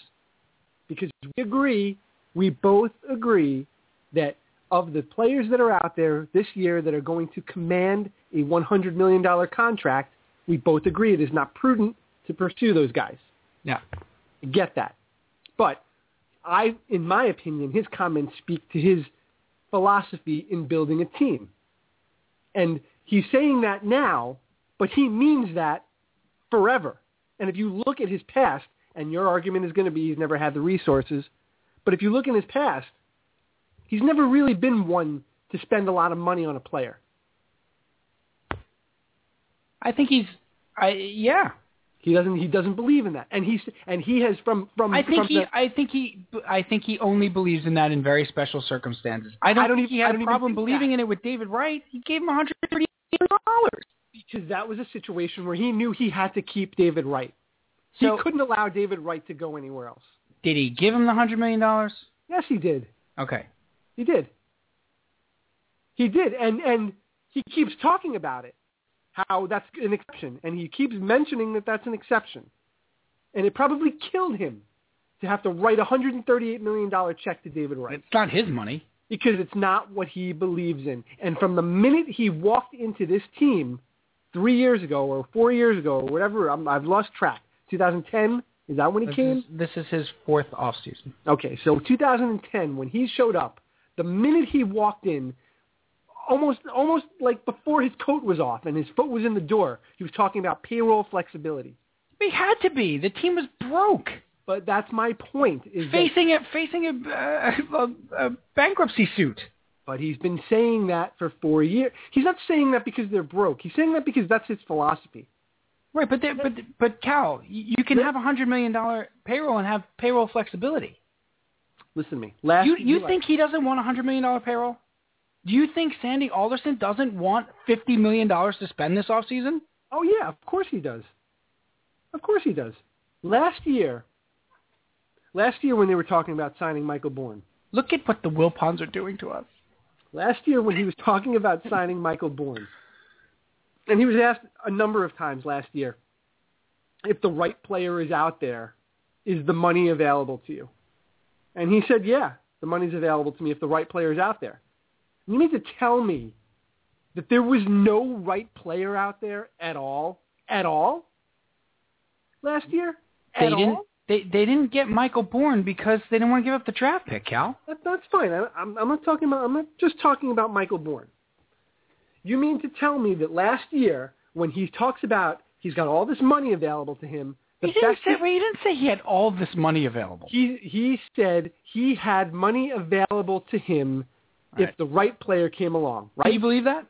because we agree, we both agree that of the players that are out there this year that are going to command a $100 million contract, we both agree it is not prudent to pursue those guys. yeah. Get that. But I, in my opinion, his comments speak to his philosophy in building a team. And he's saying that now, but he means that forever. And if you look at his past, and your argument is going to be he's never had the resources, but if you look in his past, he's never really been one to spend a lot of money on a player. I think he's I yeah. He doesn't. He doesn't believe in that, and he's and he has from from. I think from he the- I think he I think he only believes in that in very special circumstances. I don't, I don't think even- he I had don't a even problem think that. believing in it with David Wright. He gave him 130 million dollars. because that was a situation where he knew he had to keep David Wright. So he couldn't allow David Wright to go anywhere else. did he give him the 100 million dollars? Yes, he did. Okay. He did. He did, and and he keeps talking about it, how that's an exception, and he keeps mentioning that that's an exception, and it probably killed him to have to write a hundred and thirty-eight million dollar check to David Wright It's not his money. because it's not what he believes in. And from the minute he walked into this team three years ago or four years ago or whatever, I'm, I've lost track. 2010 is that when he This came? is, this is his fourth offseason. Okay, so 2010 when he showed up, the minute he walked in, almost almost like before his coat was off and his foot was in the door, he was talking about payroll flexibility. He had to be. The team was broke, But that's my point is that, facing a facing a, uh, a, a bankruptcy suit. but he's been saying that for 4 years. He's not saying that because they're broke. He's saying that because that's his philosophy. Right, but there, but but Cal, you you can have a hundred million dollar payroll and have payroll flexibility. Listen to me. Last You you think he doesn't want a hundred million dollar payroll? Do you think Sandy Alderson doesn't want fifty million dollars to spend this offseason? Oh yeah, of course he does. Of course he does. Last year, last year when they were talking about signing Michael Bourne, Look at what the Wilpons are doing to us. last year when he was talking about signing Michael Bourne, and he was asked a number of times last year if the right player is out there, is the money available to you? And he said, yeah, the money's available to me if the right player is out there. You mean to tell me that there was no right player out there at all, at all, last year? They At didn't all? they they didn't get Michael Bourne because they didn't want to give up the draft pick, Cal. That, that's fine. I, I'm, I'm not talking about. I'm not just talking about Michael Bourne. You mean to tell me that last year, when he talks about he's got all this money available to him, the He didn't best say well, he didn't say he had all this money available. he he said he had money available to him if Right. the right player came along. Do Right? you believe that?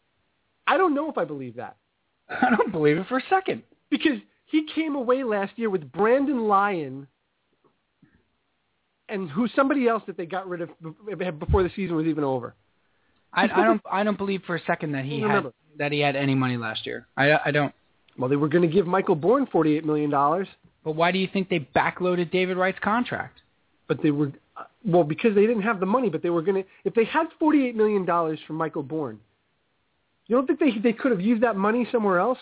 I don't know if I believe that I don't believe it for a second. because he came away last year with Brandon Lyon. And who somebody else that they got rid of be- before the season was even over? I, I don't. I don't believe for a second that he had Remember. that he had any money last year. I, I don't. Well, they were going to give Michael Bourne forty-eight million dollars. But why do you think they backloaded David Wright's contract? but they were uh, well because they didn't have the money, but they were going to if they had forty eight million dollars from Michael Bourne. You don't think they they could have used that money somewhere else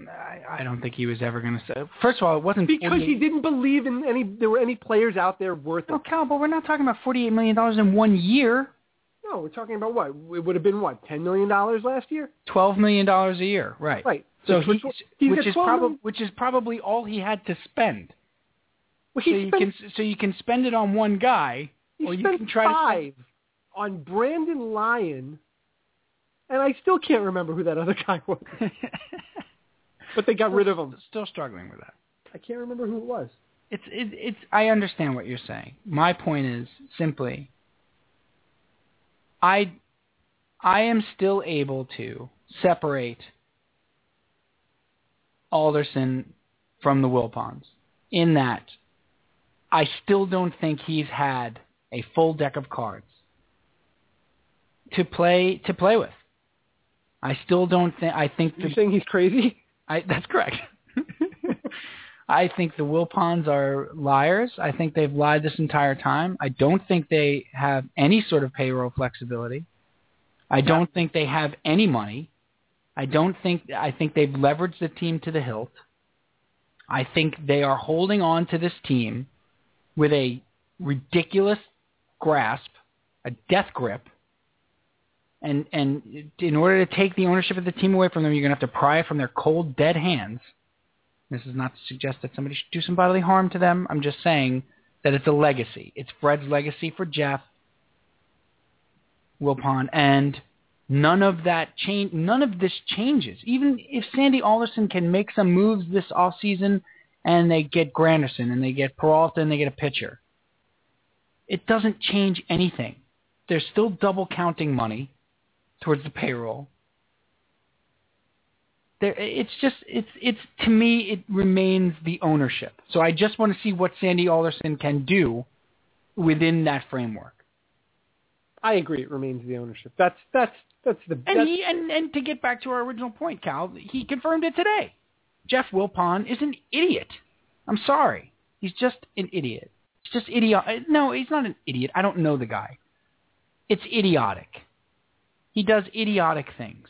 I, I don't think he was ever going to say. First of all, it wasn't because 48 he didn't believe in any there were any players out there worth it. No, Cal, but we're not talking about forty-eight million dollars in one year. No, we're talking about what it would have been what ten million dollars last year, Twelve million dollars a year, right? right? So Which- he, he's which got is 12 probably million- which is probably all he had to spend. Well, So he you spent, can so you can spend it on one guy, he or you spent can try to. five on Brandon Lyon, and I still can't remember who that other guy was. But they got rid of him. Still struggling with that. I can't remember who it was. It's it, it's. I understand what you're saying. My point is simply, I, I am still able to separate Alderson from the Wilpons in that I still don't think he's had a full deck of cards to play to play with. I still don't think. I think the You're saying he's crazy? I, that's correct. I think the Wilpons are liars. I think they've lied this entire time. I don't think they have any sort of payroll flexibility. I don't think they have any money. I don't think I think they've leveraged the team to the hilt. I think they are holding on to this team with a ridiculous grasp, a death grip, and and in order to take the ownership of the team away from them, you're going to have to pry it from their cold, dead hands. This is not to suggest that somebody should do some bodily harm to them. I'm just saying that it's a legacy. It's Fred's legacy for Jeff Wilpon, and none of that change, none of this changes. Even if Sandy Alderson can make some moves this off season, and they get Granderson, and they get Peralta, and they get a pitcher, it doesn't change anything. They're still double counting money towards the payroll. There, it's just it's it's to me it remains the ownership. So I just want to see what Sandy Alderson can do within that framework. I agree. It remains the ownership. That's that's that's the And that's, he and, and to get back to our original point, Cal, he confirmed it today. Jeff Wilpon is an idiot. I'm sorry, he's just an idiot. It's just idiot. No, he's not an idiot. I don't know the guy. It's idiotic. He does idiotic things,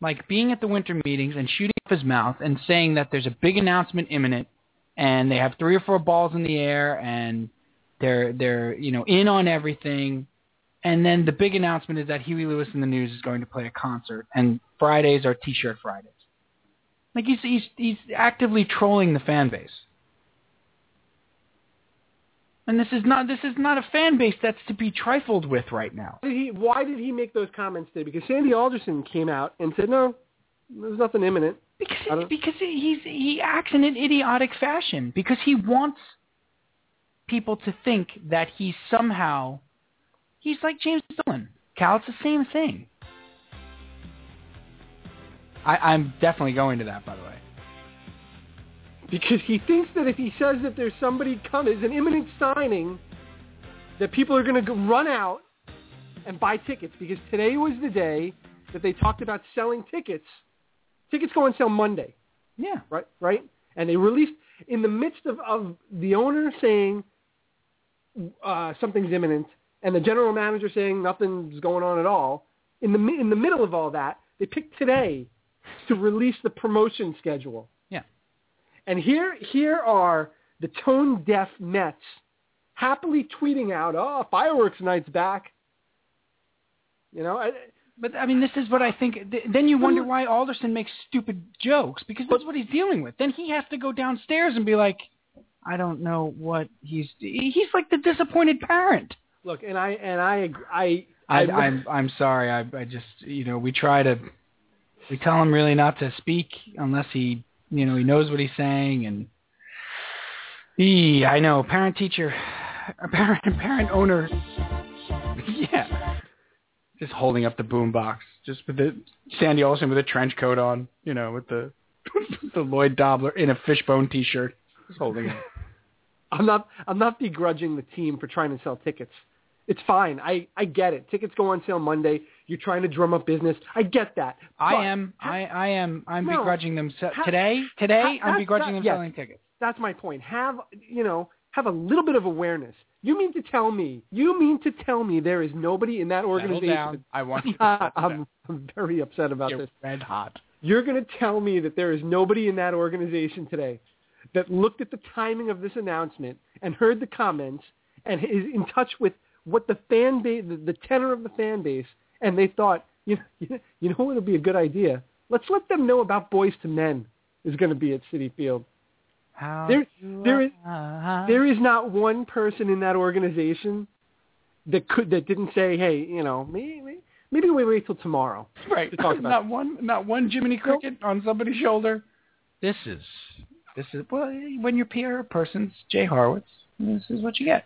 like being at the winter meetings and shooting up his mouth and saying that there's a big announcement imminent, and they have three or four balls in the air and they're they're you know in on everything and then the big announcement is that Huey Lewis in the News is going to play a concert, and Fridays are T-shirt Fridays. Like he's he's he's actively trolling the fan base. And this is not this is not a fan base that's to be trifled with right now. Did he, why did he make those comments today? Because Sandy Alderson came out and said, no, there's nothing imminent. Because I don't- because he's he acts in an idiotic fashion because he wants people to think that he's somehow he's like James Dolan. Cal, it's the same thing. I, I'm definitely going to that, by the way. Because he thinks that if he says that there's somebody coming, there's an imminent signing, that people are going to run out and buy tickets. Because today was the day that they talked about selling tickets. Tickets go on sale Monday. Yeah. right? Right? And they released in the midst of, of the owner saying uh, something's imminent, and the general manager saying nothing's going on at all. In the mi- in the middle of all that, they picked today to release the promotion schedule. Yeah. And here here are the tone deaf Mets happily tweeting out, "Oh, fireworks night's back." You know, I, But I mean, this is what I think. th- Then you wonder why Alderson makes stupid jokes because that's what he's dealing with. Then he has to go downstairs and be like, I don't know what he's. He's like the disappointed parent. look, and I and I ag- I I, I'm I'm sorry. I I just you know we try to we tell him really not to speak unless he you know he knows what he's saying and Eee, I know parent teacher parent parent owner yeah just holding up the boombox just with the Sandy Olsen with a trench coat on you know with the the Lloyd Dobler in a fishbone t-shirt just holding it I'm not I'm not begrudging the team for trying to sell tickets. It's fine. I, I get it. Tickets go on sale Monday. You're trying to drum up business. I get that. But I am I I am I'm No. begrudging them se- Ha- today today ha- I'm that's begrudging not- them yes. selling tickets. That's my point. Have you know have a little bit of awareness. You mean to tell me? You mean to tell me there is nobody in that Settle organization? down. I want you to settle I'm, I'm very upset about down. this. red hot. You're going to tell me that there is nobody in that organization today that looked at the timing of this announcement and heard the comments and is in touch with what the fan base, the, the tenor of the fan base, and they thought, you know, you know what would be a good idea? Let's let them know about Boys to Men is going to be at City Field. How There- do there is- I- There is not one person in that organization that could that didn't say, "Hey, you know, maybe maybe we wait till tomorrow." right. to talk about. Not one, not one Jiminy Cricket on somebody's shoulder. This is, this is. Well, when you're PR persons, Jay Horowitz, this is what you get.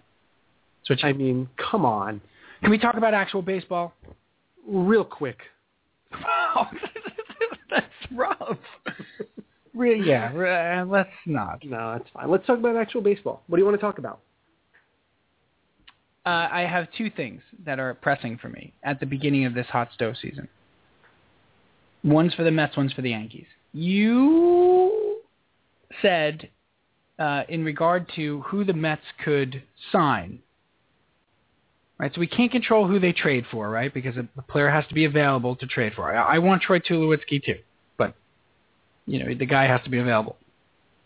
That's what you I mean, come on, Can we talk about actual baseball? real quick. Wow, that's rough. Re- yeah, re- uh, let's not. No, that's fine. Let's talk about actual baseball. What do you want to talk about? Uh, I have two things that are pressing for me at the beginning of this hot stove season. One's for the Mets, one's for the Yankees. You said uh, in regard to who the Mets could sign, right? So we can't control who they trade for, right? Because a, a player has to be available to trade for. I, I want Troy Tulowitzki too, but you know the guy has to be available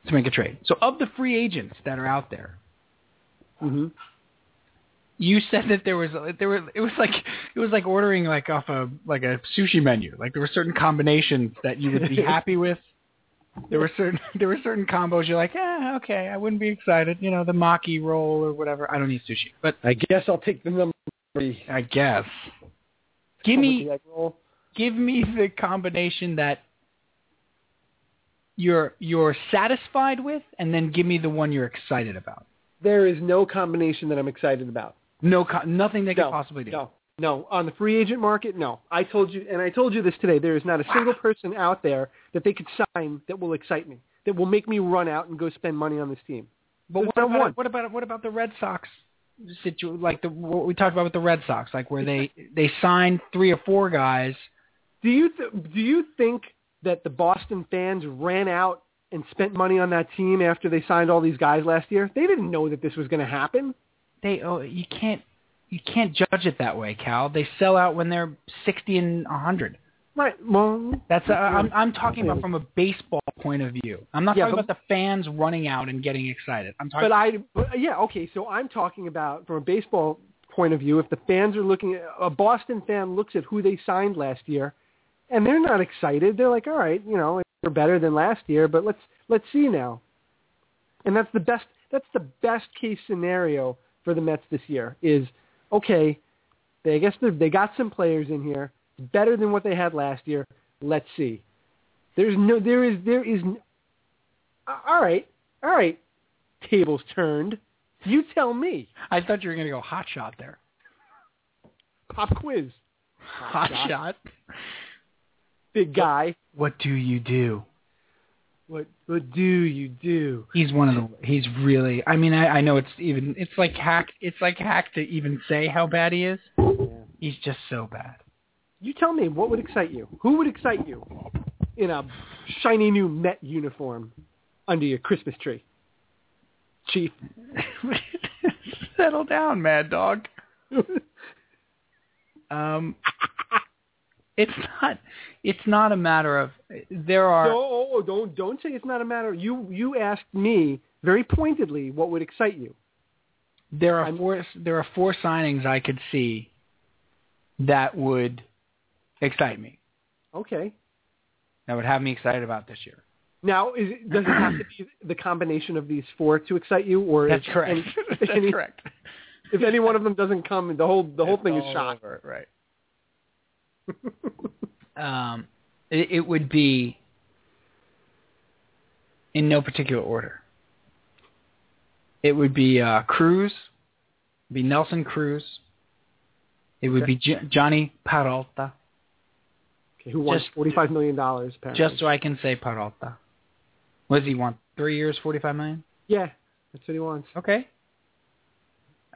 to make a trade. So of the free agents that are out there, Mm-hmm. you said that there was there were it was like it was like ordering like off a like a sushi menu. Like there were certain combinations that you would be happy with. There were certain there were certain combos you're like, ah, okay, I wouldn't be excited. You know, the maki roll or whatever. I don't eat sushi, but I guess I'll take the number three. I guess give me give me the combination that you're you're satisfied with, and then give me the one you're excited about. There is no combination that I'm excited about. No, co- nothing they could No, possibly do. No, no. On the free agent market, no. I told you, and I told you this today. There is not a single person out there that they could sign that will excite me, that will make me run out and go spend money on this team. But There's what not about, one. what about what about the Red Sox situ like the what we talked about with the Red Sox, like where they they signed three or four guys. Do you th- do you think that the Boston fans ran out and spent money on that team after they signed all these guys last year? They didn't know that this was going to happen. They oh you can't you can't judge it that way, Cal. They sell out when they're sixty and a hundred. Right. Well, That's uh, I'm I'm talking about from a baseball point of view. I'm not Yeah, talking but- about the fans running out and getting excited. I'm talking But I, but yeah, okay. So I'm talking about from a baseball point of view. If the fans are looking, a Boston fan looks at who they signed last year, and they're not excited. They're like, all right, you know, we're better than last year, but let's let's see now. And that's the best. That's the best case scenario for the Mets this year. Is okay. They I guess they they got some players in here better than what they had last year. Let's see. There's no. There is. There is. n- All right. All right tables turned. You tell me. I thought you were gonna go hot shot there. Pop quiz. Hot, shot. shot. Big guy. What do you do? What what do you do? He's one of the. He's really. I mean, I, I know it's even. It's like hack. It's like hack to even say how bad he is. He's just so bad. You tell me what would excite you. Who would excite you in a shiny new Met uniform under your Christmas tree? Chief. Settle down, Mad Dog. Um, it's not. It's not a matter of. There are. No, oh, oh, don't don't say it's not a matter. You you asked me very pointedly what would excite you. There are I'm- four. There are four signings I could see. That would excite me. Okay. That would have me excited about this year. Now, is it, does it have to be the combination of these four to excite you, or That's is correct. any- That's any- correct. if any one of them doesn't come, the whole the whole It's thing is all shot. over, right? um, it, it would be in no particular order. It would be uh, Cruz, it'd be Nelson Cruz. It would be J- Johnny Parolta, Okay, who wants Just- forty-five million dollars? Apparently, just so I can say Parolta. What does he want? Three years, forty-five million. yeah, that's what he wants. Okay.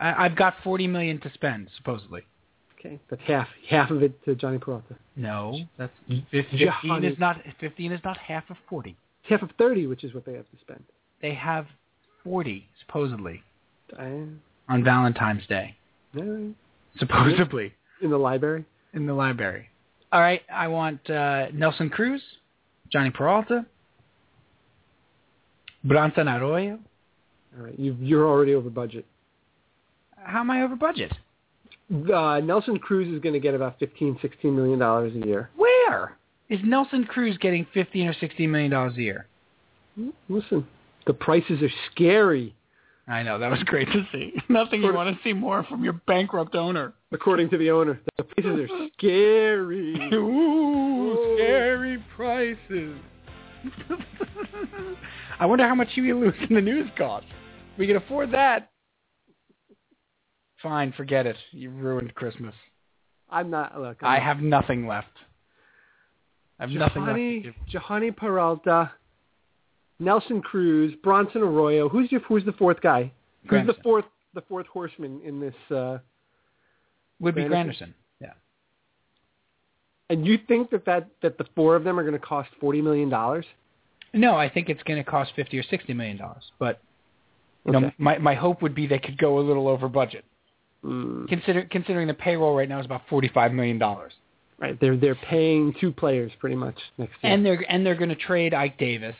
I, I've got forty million to spend, supposedly. Okay, that's half half of it to Johnny Peralta. No, that's fifteen Johnny. is not fifteen is not half of forty. Half of thirty, which is what they have to spend. they have 40 supposedly I, on Valentine's Day. all right. Supposedly in the library, in the library. All right, I want uh, Nelson Cruz, Johnny Peralta, Branson Arroyo. all right, you you're already over budget. How am I over budget? Uh, Nelson Cruz is going to get about fifteen, sixteen million dollars a year. Where is Nelson Cruz getting 15 or 16 million dollars a year? Listen, The prices are scary, I know that was great to see. Nothing you want to see more from your bankrupt owner. according to the owner. The prices are scary. Ooh, scary prices. I wonder how much you lose in the news cost. We can afford that. Fine, forget it. You ruined Christmas. I'm not. Look, I'm I have nothing left. I have nothing left. to Johanny, give. Johanny Peralta, Nelson Cruz, Bronson Arroyo. Who's your, who's the fourth guy? Who's the Granderson. fourth the fourth horseman in this? Uh, Would be Granderson? Granderson. Yeah. and you think that, that that the four of them are going to cost forty million dollars? No, I think it's going to cost fifty or sixty million dollars. But you know, Okay. my my hope would be they could go a little over budget. Mm, Consider considering the payroll right now is about forty five million dollars. right, they're they're paying two players pretty much next year. And they're and they're going to trade Ike Davis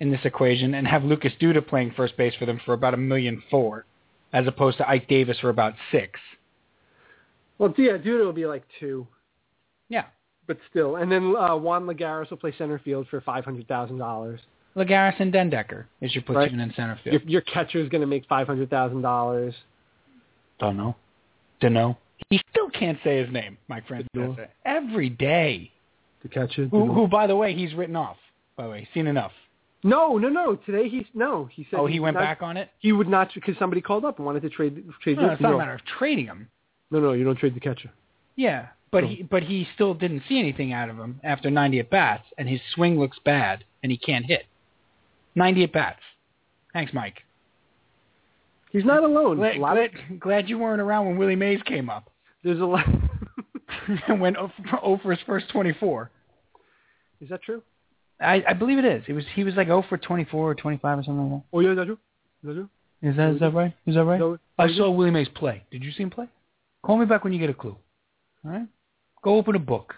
in this equation and have Lucas Duda playing first base for them for about a million four, as opposed to Ike Davis for about six. well, yeah, dude, will be like two, Yeah, but still. And then uh, Juan Lagares will play center field for five hundred thousand dollars. Lagares and Dendecker is your platoon in center Your field. your catcher's going to make five hundred thousand dollars. Don't know, don't know. He still can't say his name, my friend. Duda. That's it. Every day. The catcher. Who, who, by the way, he's written off. By the way, seen enough. No, no, no. Today he's no. He said. Oh, he would went not- back on it. He would not because somebody called up and wanted to trade trade. No, Lucas. it's not No. a matter of trading him. No, no, you don't trade the catcher. Yeah, but he but he still didn't see anything out of him after 90 at bats, and his swing looks bad, and he can't hit. 90 at bats. Thanks, Mike. He's not alone. Glad, A lot of, glad, glad you weren't around when Willie Mays came up there's a lot. and went o- for- o for his first 24. Is that true? I, I believe it is. It was he was like o for 24 or 25 or something like Oh yeah, is that true? Is that true? that. Is that is that right? Is that right? No, I saw Willie Mays play. Did you see him play? Call me back when you get a clue. All right? Go open a book.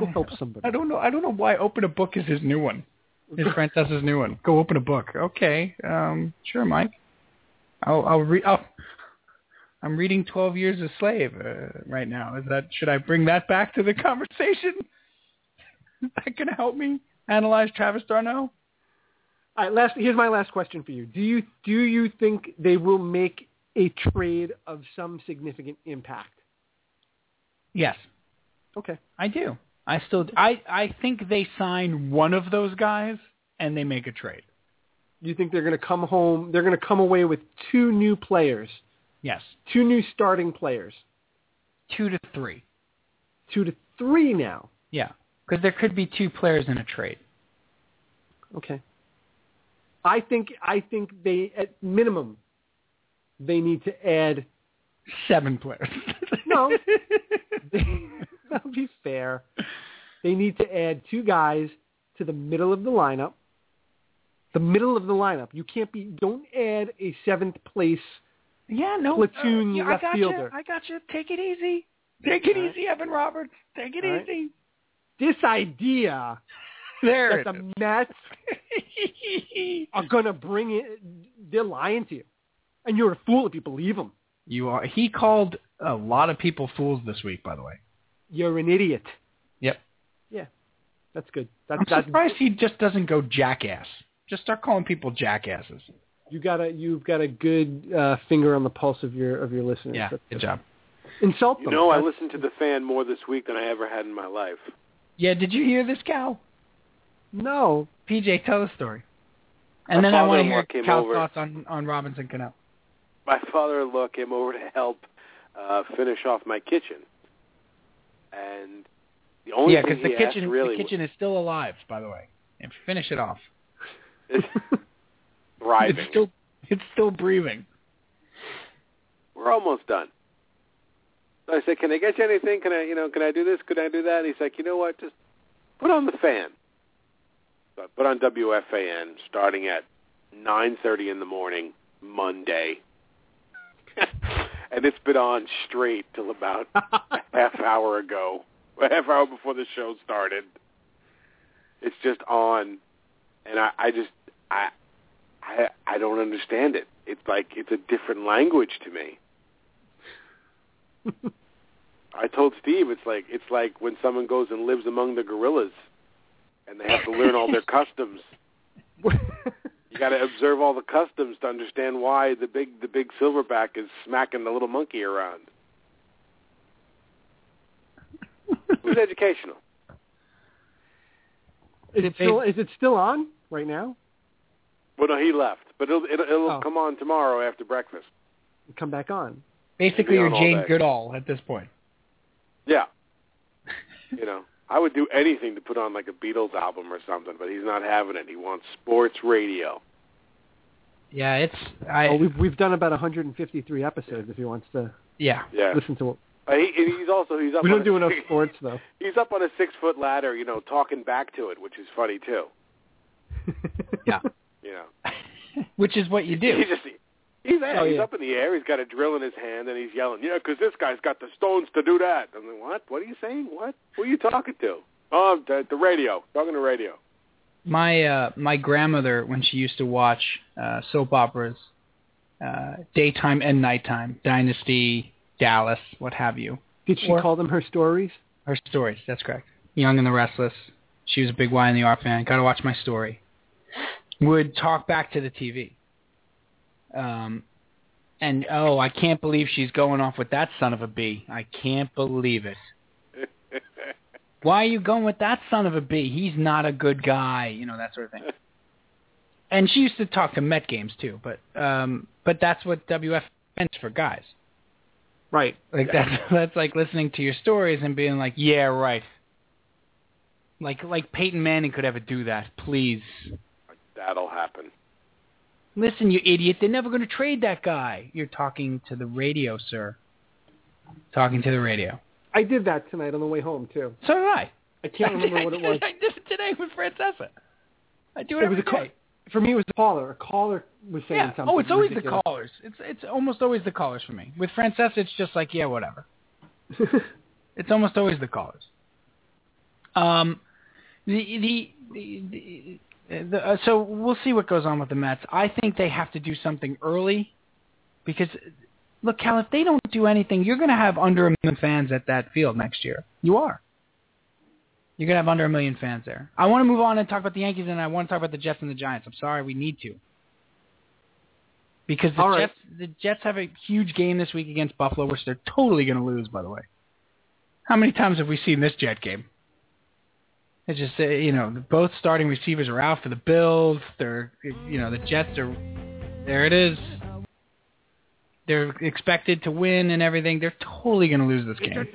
go help somebody. I don't know. I don't know why Open a Book is his new one. His Francesca's new one. Go open a book. Okay. Um. Sure, Mike. I'll. I'll read. I'll, I'm reading Twelve Years a Slave uh, right now. Is that should I bring that back to the conversation? Is that gonna help me analyze Travis Darno? All right, last here's my last question for you. Do you do you think they will make a trade of some significant impact? Yes, Okay. I do. I still. I. I think they sign one of those guys and they make a trade. Do you think they're going to come home? They're going to come away with two new players, Yes, two new starting players, two to three. two to three now. Yeah, because there could be two players in a trade. Okay. I think I think they at minimum they need to add. Seven players. No. that'll be fair. They need to add two guys to the middle of the lineup. The middle of the lineup. You can't be. Don't add a seventh place. Yeah, no. uh, Platoon yeah, left I got fielder. You, I got you. Take it easy. Take it All right. easy, Evan Roberts. Take it All right. easy. This idea There that it the Mets is. are going to bring it. They're lying to you, and you're a fool if you believe them. you are. He called a lot of people fools this week, by the way. You're an idiot. Yep. Yeah, that's good. That's, I'm that's surprised he just doesn't go jackass. Just start calling people jackasses. you got a you've got a good uh, finger on the pulse of your of your listeners. Yeah, That's good job. Insult You them. know, I That's- listened to the fan more this week than I ever had in my life. Yeah, did you hear this, Cal? No, PJ, tell the story. And My then I want to father-in-law hear came Cal's over. thoughts on, on Robinson Cano. my father-in-law came over to help uh, finish off my kitchen, and the Oh, only Yeah, thing because the he kitchen asked really the kitchen is still alive, by the way. And finish it off. is thriving. It's still it's still breathing. We're almost done. So I said, "Can I get you anything? Can I, you know, can I do this? Could I do that?" he's like, "You know what? Just put on the fan." So I put on WFAN starting at 9:30 in the morning Monday, and it's been on straight till about a half hour ago, a half hour before the show started. It's just on, and I, I just I, I I don't understand it. It's like it's a different language to me. I told Steve it's like it's like when someone goes and lives among the gorillas, and they have to learn all their customs. You got to observe all the customs to understand why the big the big silverback is smacking the little monkey around. It was educational. Is it still is it still on right now? Well, no, he left, but it'll it'll, it'll Oh. come on tomorrow after breakfast. Come back on. Basically, Be you're on all Jane day. Goodall at this point. Yeah. you know, I would do anything to put on like a Beatles album or something, but he's not having it. He wants sports radio. Yeah, it's I. Oh, we've we've done about 153 episodes. If he wants to yeah, Yeah. listen to it, Uh, he, and he's also he's up. we on don't do a, enough sports though. He's up on a six foot ladder, you know, talking back to it, which is funny too. Yeah. You know, which is what you do. He's just he's there. Oh, he's yeah. up in the air. He's got a drill in his hand, and he's yelling, "Yeah, 'cause this guy's got the stones to do that." I'm like, "What? What are you saying? What? Who are you talking to?" Oh, the, the radio. Talking to radio. My uh, my grandmother, when she used to watch uh, soap operas, uh, daytime and nighttime, Dynasty, Dallas, what have you, Did she Or- call them her stories? her stories. That's correct. Young and the Restless. She was a big Y in the R fan. Got to watch my story. Would talk back to the TV. Um, and oh, I can't believe she's going off with that son of a b. I can't believe it. Why are you going with that son of a b? He's not a good guy. You know that sort of thing. And she used to talk to Met games too, but um, but that's what WFN is for guys. Right. Like that's that's like listening to your stories and being like, yeah, right. Like like Peyton Manning could ever do that. Please That'll happen. listen, you idiot. They're never going to trade that guy. You're talking to the radio, sir. Talking to the radio. I did that tonight on the way home too. So did I. I can't remember what it was. I did it today with Francesca. I do it, It every was a day. call. For me, it was a caller. A caller was saying Yeah. something. Oh, it's always ridiculous. the callers. It's it's almost always the callers for me. With Francesca, it's just like yeah, whatever. It's almost always the callers. Um, the the the, the, the uh, so we'll see what goes on with the Mets. I think they have to do something early because look, Cal, if they don't do anything, you're going to have under a million fans at that field next year. You are. You're going to have under a million fans there. I want to move on and talk about the Yankees, and I want to talk about the Jets and the Giants. I'm sorry, we need to. Because the All right. Jets, the Jets have a huge game this week against Buffalo, which they're totally going to lose. By the way, how many times have we seen this Jet game? It's just uh, you know both starting receivers are out for the Bills. They're you know the Jets are there. It is. They're expected to win and everything. They're totally going to lose this game.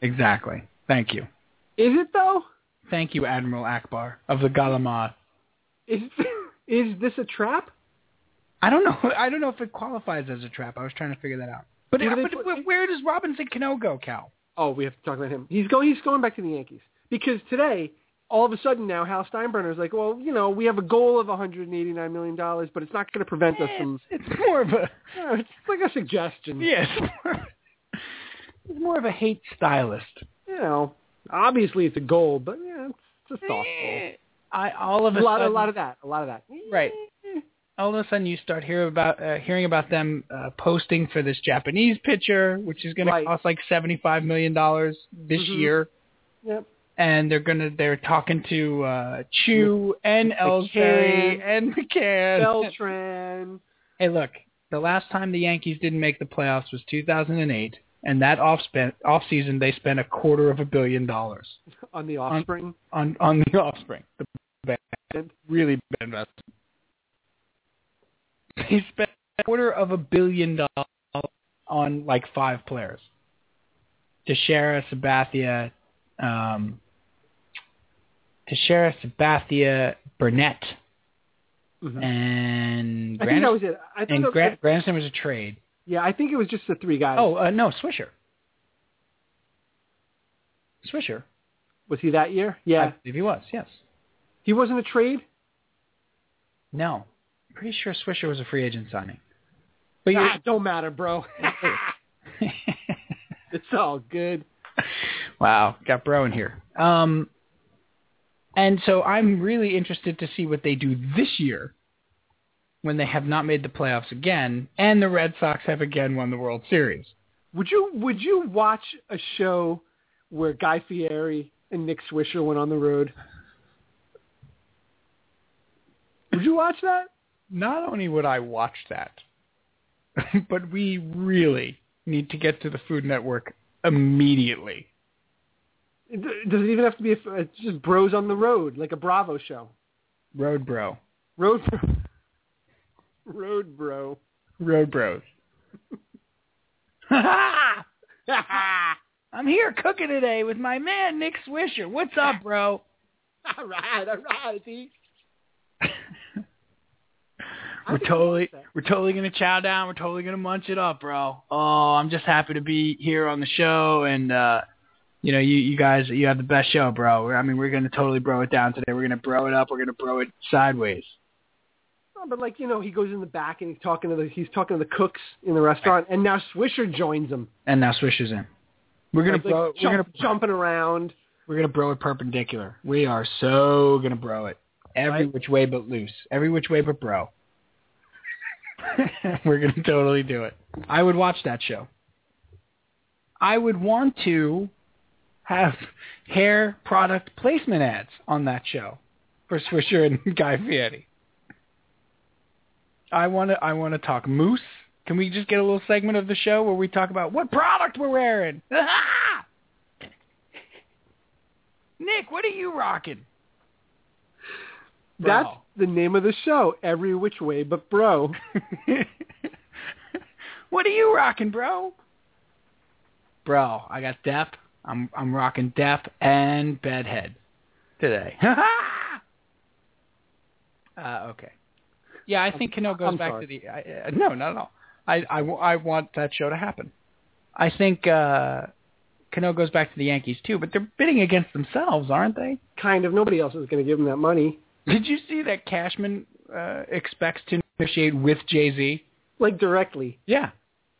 Exactly. Thank you. Is it though? Thank you, Admiral Akbar of the Galamad. Is is this a trap? I don't know. I don't know if it qualifies as a trap. I was trying to figure that out. But, uh, What do they but put- where- where does Robinson Cano go, Cal? Oh, we have to talk about him. He's going. He's going back to the Yankees because today, all of a sudden now, Hal Steinbrenner is like, well, you know, we have a goal of 189 million dollars, but it's not going to prevent us from. It's, it's more of a Yeah, it's like a suggestion. yes. it's more- it's more of a hate stylist. You know, obviously it's a goal, but yeah, it's just thoughtful. I all of Eh. A a, lot, a sudden, lot of that. A lot of that. right. Eh. All of a sudden, you start hear about uh, hearing about them uh, posting for this Japanese pitcher, which is going Right. to cost like seventy five million dollars this Mhm. year. Yep. and they're gonna they're talking to uh Chew and Ellsbury and McCann. Beltran. Hey, look, the last time the Yankees didn't make the playoffs was 2008, and that off spent off season they spent a quarter of a billion dollars on the offspring. on on the offspring. The bad, really bad investment. They spent a quarter of a billion dollars on like five players: Teixeira, Sabathia, um, Teixeira, Sabathia, Burnett, Mhm. and I think that Granderson. was it. I think And that- Gran- Granderson was a trade. yeah, I think it was just the three guys. Oh uh, no, Swisher. Swisher. was he that year? I Yeah, believe he was. Yes. he wasn't a trade. No. I'm pretty sure Swisher was a free agent signing. But you Ah, don't matter, bro. it's all good. Wow, got Bro in here. Um and so I'm really interested to see what they do this year when they have not made the playoffs again and the Red Sox have again won the World Series. Would you would you watch a show where Guy Fieri and Nick Swisher went on the road? Would Would you watch that? Not only would I watch that, but we really need to get to the Food Network immediately. It d- doesn't even have to be a, f- it's just bros on the road, like a Bravo show. Road Bro. Road bro. Road bro. Road Bros. I'm here cooking today with my man Nick Swisher. What's up, bro? All right, all right. See? We're totally we're totally gonna chow down. We're totally gonna munch it up, bro. Oh, I'm just happy to be here on the show, and uh, you know, you you guys you have the best show, bro. We're- I mean, we're gonna totally bro it down today. We're gonna bro it up. We're gonna bro it sideways. No, Oh, but like you know, he goes in the back and he's talking to the he's talking to the cooks in the restaurant, and now Swisher joins him. And now Swisher's in. We're gonna Like, bro. jump- we're gonna jumping around. we're gonna bro it perpendicular. We are so gonna bro it every which way but loose, every which way but bro. we're gonna totally do it. I would watch that show. I would want to have hair product placement ads on that show for Swisher and Guy Fieri. I want to. I want to talk moose. Can we just get a little segment of the show where we talk about what product we're wearing? Ah! Nick, what are you rocking? That's the name of the show, Every Which Way But Bro. That's. what are you rocking, bro? Bro, I got Depp. I'm I'm rocking Depp and Bedhead today. uh, okay. Yeah, I think Cano goes I'm back to sorry. the. I, uh, no, not at all. I, I, w- I want that show to happen. I think uh, Cano goes back to the Yankees too, but they're bidding against themselves, aren't they? Kind of. Nobody else is going to give him that money. Did you see that Cashman uh, expects to negotiate with Jay Z? Like directly. Yeah.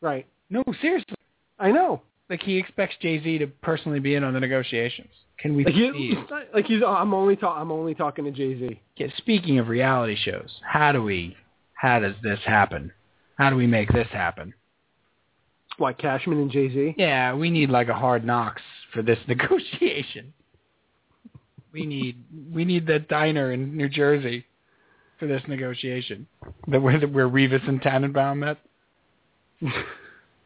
Right. No, seriously. I know. Like he expects Jay Z to personally be in on the negotiations. Can we Like, please- he, like he's, oh, I'm only, ta- I'm only talking to Jay-Z. Yeah, speaking of reality shows, how do we? How does this happen? How do we make this happen? Why, Cashman and Jay-Z? Yeah, we need like a hard knocks for this negotiation. We need we need that diner in New Jersey for this negotiation. That where that where Revis and Tannenbaum met.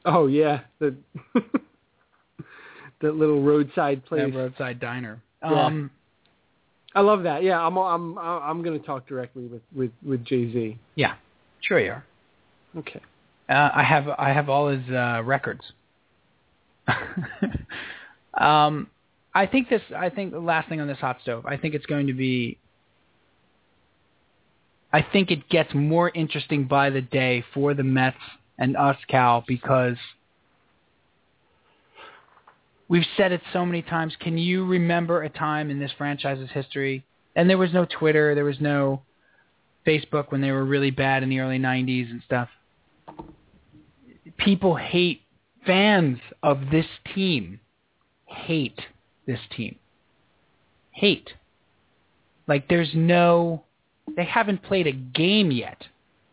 Oh, yeah. The, that little roadside place. That roadside diner. Yeah. Um, I love that. Yeah, I'm, I'm, I'm going to talk directly with, with, with Jay-Z. sure you are. Okay. Uh, I have I have all his uh, records. um, I think this. I think the last thing on this hot stove. I think it's going to be. I think it gets more interesting by the day for the Mets and us, Cal, because we've said it so many times. Can you remember a time in this franchise's history? And there was no Twitter, there was no Facebook when they were really bad in the early '90s and stuff people hate fans of this team hate this team hate like there's no they haven't played a game yet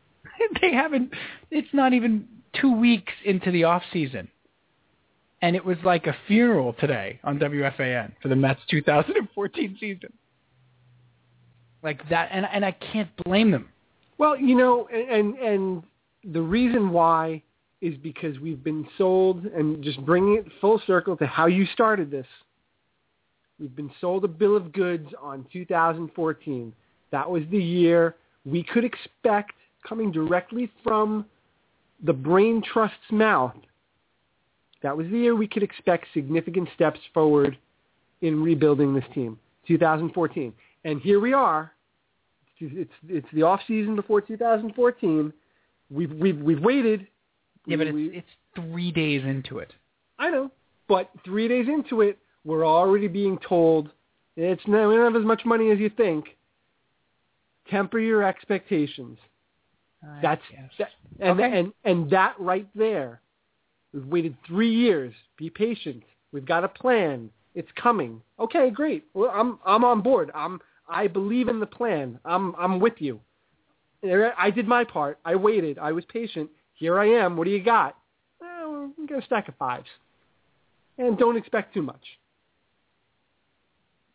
they haven't it's not even 2 weeks into the off season and it was like a funeral today on WFAN for the Mets 2014 season like that and and I can't blame them Well, you know, and, and and the reason why is because we've been sold, and just bringing it full circle to how you started this. We've been sold a bill of goods on 2014. That was the year we could expect coming directly from the brain trust's mouth. That was the year we could expect significant steps forward in rebuilding this team. 2014. And here we are it's it's the off season before 2014. We've we've we've waited. yeah but We- we- it's it's 3 days into it I know, but three days into it, we're already being told it's no, we don't have as much money as you think. Temper your expectations. I That's guess. that, and Okay. and and that right there. We've waited three years. Be patient. We've got a plan. It's coming. Okay, great. Well, I'm I'm on board. I'm I believe in the plan. I'm I'm with you. There- I did my part. I waited. I was patient. Here I am. What do you got? Well, we got a stack of fives, and don't expect too much.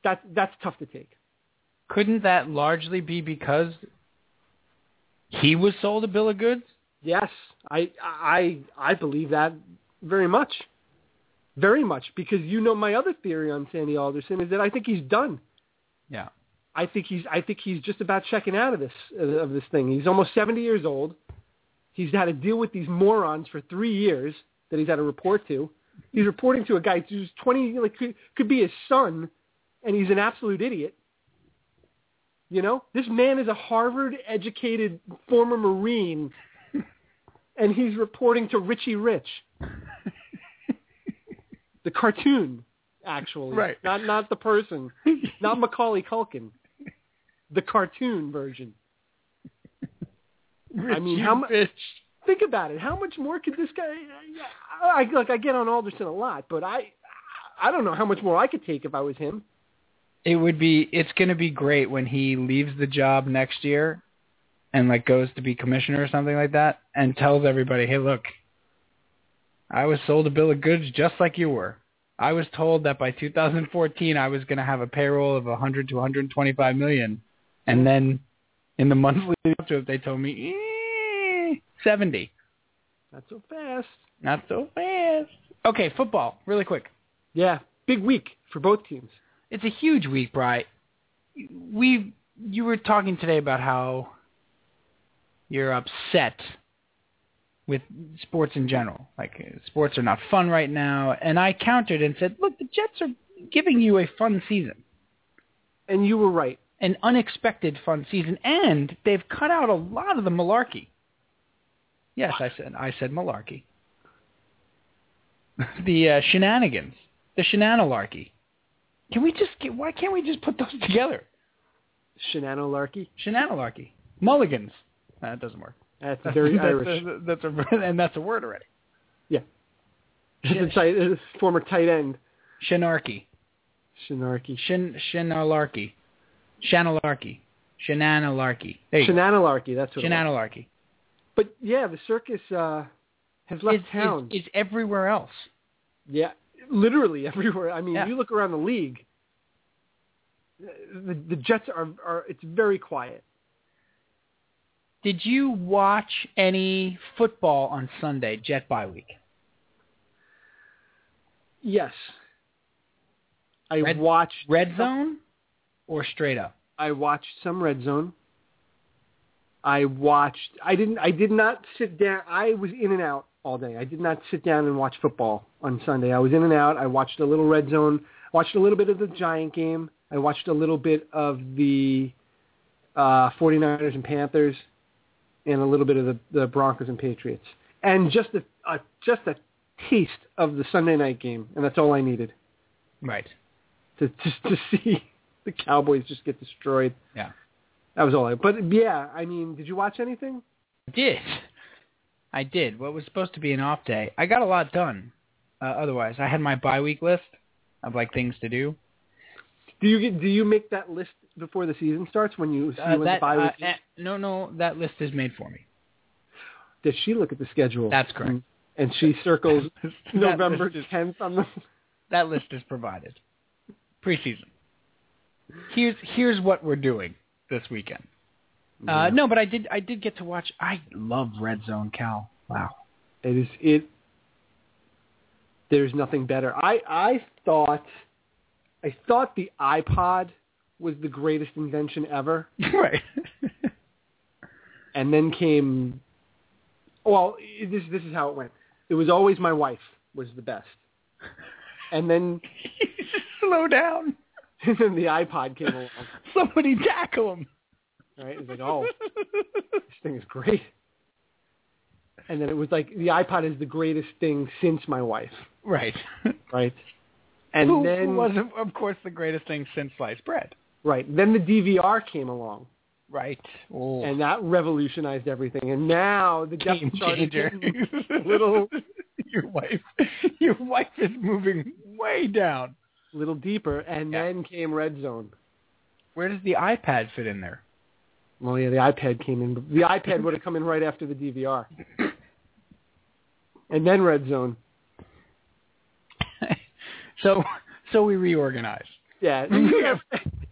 That that's tough to take. couldn't that largely be because He was sold a bill of goods. Yes, I I I believe that very much, very much because you know my other theory on Sandy Alderson is that I think he's done. Yeah. I think he's I think he's just about checking out of this of this thing. He's almost seventy years old. He's had to deal with these morons for three years that he's had to report to. He's reporting to a guy who's twenty, like could, could be his son, and he's an absolute idiot. You know, this man is a Harvard-educated former Marine, and he's reporting to Richie Rich, the cartoon, actually, Right. Not not the person, not Macaulay Culkin, the cartoon version. I mean, how mu- much? think about it. How much more could this guy? I, I, look, I get on Alderson a lot, but I, I don't know how much more I could take if I was him. It would be. It's going to be great when he leaves the job next year, and like goes to be commissioner or something like that, and tells everybody, "Hey, look, I was sold a bill of goods just like you were. I was told that by 2014 I was going to have a payroll of 100 to 125 million, and then in the months leading up to it, they told me "Eh, 70. Not so fast. Not so fast. Okay, football, really quick. Yeah, big week for both teams. It's a huge week, Bry. We you were talking today about how you're upset with sports in general. Like uh, sports are not fun right now, and I countered and said, "Look, the Jets are giving you a fun season, And you were right. an unexpected fun season, and they've cut out a lot of the malarkey." Yes, I said I said malarkey. the uh, shenanigans, the shenanalarchy. Can we just get? Why can't we just put those together? Shenanolarchy. Shenanalarchy. Mulligans. Nah, that doesn't work. That's very that's, Irish. That's, that's a, and that's a word already. It's a tight, it's a former tight end. Shenarchy. Shenarchy. Shen shenalarchy. Shenalarchy. Shenanalarchy. There you go. Shenanalarchy. That's what. it was. Shenanalarchy. But yeah, the circus uh, has left It's, town. it's, it's everywhere else. yeah, literally everywhere. I mean, Yeah. you look around the league. The, the Jets are, are it's very quiet. Did you watch any football on Sunday, Jet bye week? Yes. I Red- watched Red zone or straight up? I watched some Red Zone. I watched. I didn't. I did not sit down. I was in and out all day. I did not sit down and watch football on Sunday. I was in and out. I watched a little Red Zone. Watched a little bit of the Giant game. I watched a little bit of the uh, 49ers and Panthers, and a little bit of the, the Broncos and Patriots, and just a, a just a taste of the Sunday night game, and that's all I needed Right. to just to see the Cowboys just get destroyed. Yeah. That was all I. But yeah, I mean, did you watch anything? I did. I did. What was supposed to be an off day, I got a lot done. Uh, otherwise, I had my bye week list of like things to do. Do you get do you make that list before the season starts when you see Uh, when that, the bye week? uh, eh, no, no, that list is made for me. Does she look at the schedule? That's correct. And, and she circles That November list is- tenth on the. that list is provided. Preseason. Here's here's what we're doing this weekend. Uh, no, but I did I did get to watch. I love Red Zone, Cal. Wow. It is it. There's nothing better. I I thought, I thought the iPod was the greatest invention ever. right. and then came well i- this this is how it went it was always my wife was the best and then Slow down. and then the ipod came along Somebody tackle him. right it was like oh this thing is great and then it was like the ipod is the greatest thing since my wife Right. right and who, then who was, of- of course, the greatest thing since sliced bread. right then the dvr came along Right. Oh. and that revolutioned everything and now the depth game chart is changer. getting little your wife, your wife is moving way down. little deeper and Yeah. then came red zone Where does the iPad fit in there? Well, Oh, yeah, the iPad came in. The iPad would have come in right after the DVR, and then Red Zone. so, so we reorganize. Yeah,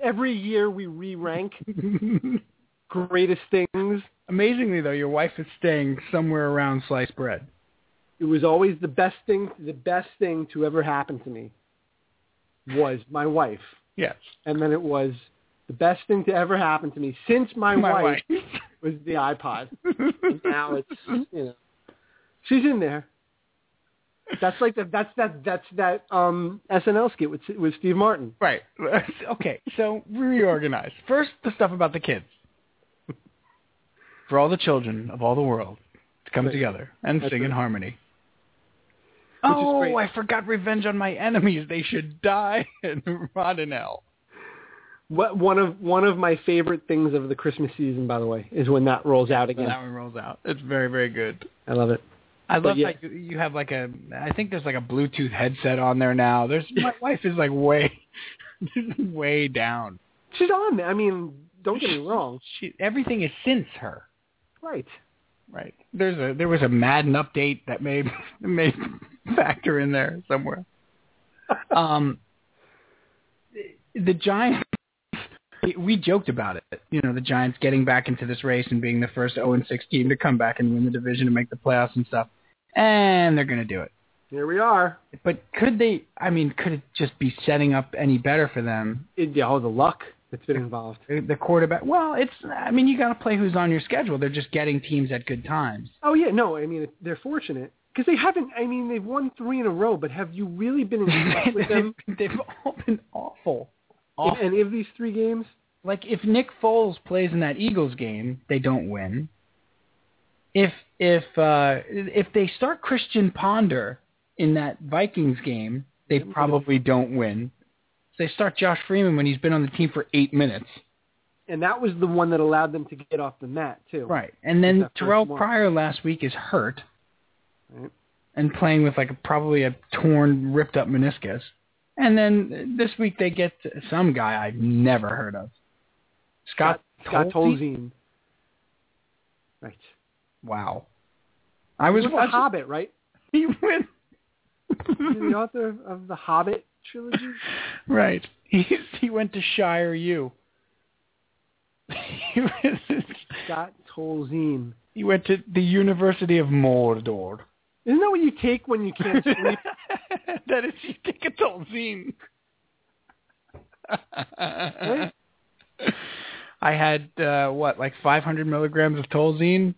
every year we re-rank right. greatest things Amazingly, though, your wife is staying somewhere around sliced bread. It was always the best thing, the best thing to ever happen to me was my wife. Yes. And then it was the best thing to ever happen to me since my, My wife, wife. was the iPod. And now it's you know she's in there. That's like the, that's that that's that um SNL skit with with Steve Martin. Right. okay, so reorganize. First, the stuff about the kids. For all the children of all the world to come Right. together and That's sing in right. harmony. Which is oh, great. I forgot revenge on my enemies. They should die and rot in hell. What one of one of my favorite things of the Christmas season, by the way, is when that rolls out When again. that one rolls out. It's very, very good. I love it. I But love yeah. that you, you have like a. I think there's like a Bluetooth headset on there now. There's my wife is like way, way down. She's on. there. I mean, don't get me wrong. She everything is since her. Right. Right. There's a there was a Madden update that may may factor in there somewhere. Um, the, the Giants. We joked about it. You know, the Giants getting back into this race and being the first 0 6 team to come back and win the division and make the playoffs and stuff. And they're going to do it. Here we are. But could they? I mean, could it just be setting up any better for them? It, yeah, all the luck that's been involved. The the quarterback. Well, it's. I mean, you got to play who's on your schedule. They're just getting teams at good times. Oh yeah, no. I mean, they're fortunate because they haven't. I mean, they've won three in a row. But have you really been in touch with them They've- They've all been awful. in awful. any of these three games? Like if Nick Foles plays in that Eagles game, they don't win. If if uh, if they start Christian Ponder in that Vikings game, they probably don't win. If they start Josh Freeman when he's been on the team for eight minutes. And that was the one that allowed them to get off the mat too. Right. And then Except for Terrell one. Pryor last week is hurt Right. and playing with like a, probably a torn, ripped up meniscus. And then this week they get some guy I've never heard of. Scott, Scott Tolzien? Tolzien. Right. Wow. I was He was the watching. Hobbit, right? He went. He's the author of the Hobbit trilogy. right. He he went to Shire U. he, was, Scott Tolzien. he went to the University of Mordor. Isn't that what you take when you can't sleep? that is, you take a Tolzien. I had uh, what, like 500 milligrams of Tolzien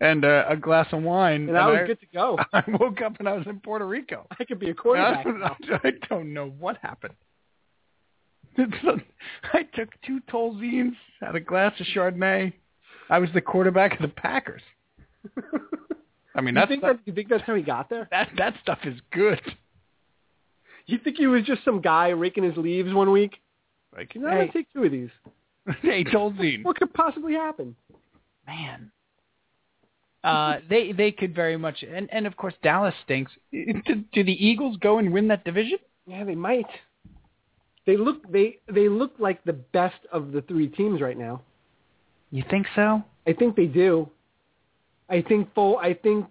and uh, a glass of wine, And I was I, "Oh, good to go. I woke up and I was in Puerto Rico. I could be a I, quarterback. I don't know what happened. I took two Tolziens, had a glass of Chardonnay. I was the quarterback of the Packers. I mean, you, that's think not- that, you think that's how he got there? that that stuff is good. You think he was just some guy raking his leaves one week? Like, You know, I'm going hey, to take two of these. hey, Tolzien, What could possibly happen? man. Uh, they they could very much, and and of course Dallas stinks. Do, do the Eagles go and win that division? Yeah, they might. They look they they look like the best of the three teams right now. You think so? I think they do. I think Fol- I think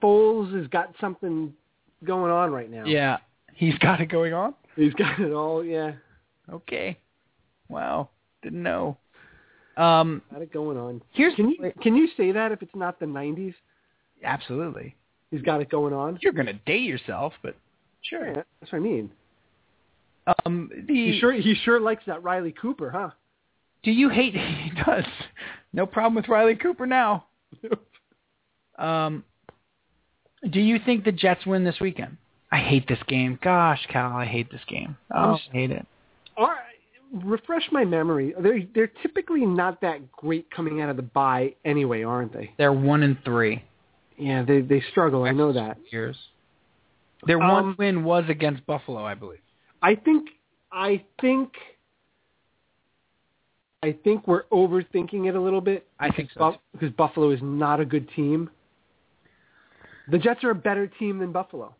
Foles has got something going on right now. Yeah, he's got it going on. He's got it all, yeah. Okay, wow, didn't know. Um, Got it going on. here's Can you can you say that if it's not the 90s? absolutely. He's got it going on. You're gonna date yourself, but sure. Yeah, that's what I mean. Um, the He sure he sure likes that Riley Cooper, huh? Do you hate? He does. No problem with Riley Cooper now. um, do you think the Jets win this weekend? I hate this game. Gosh, Cal, I hate this game. Oh, I hate it. All right. Refresh my memory. They're they're typically not that great coming out of the bye anyway, aren't they? They're one and three. Yeah, they they struggle. I know that. Years. Their Um, one win was against Buffalo, I believe. I think I think I think we're overthinking it a little bit. I think so. Buff- because Buffalo is not a good team. The Jets are a better team than Buffalo.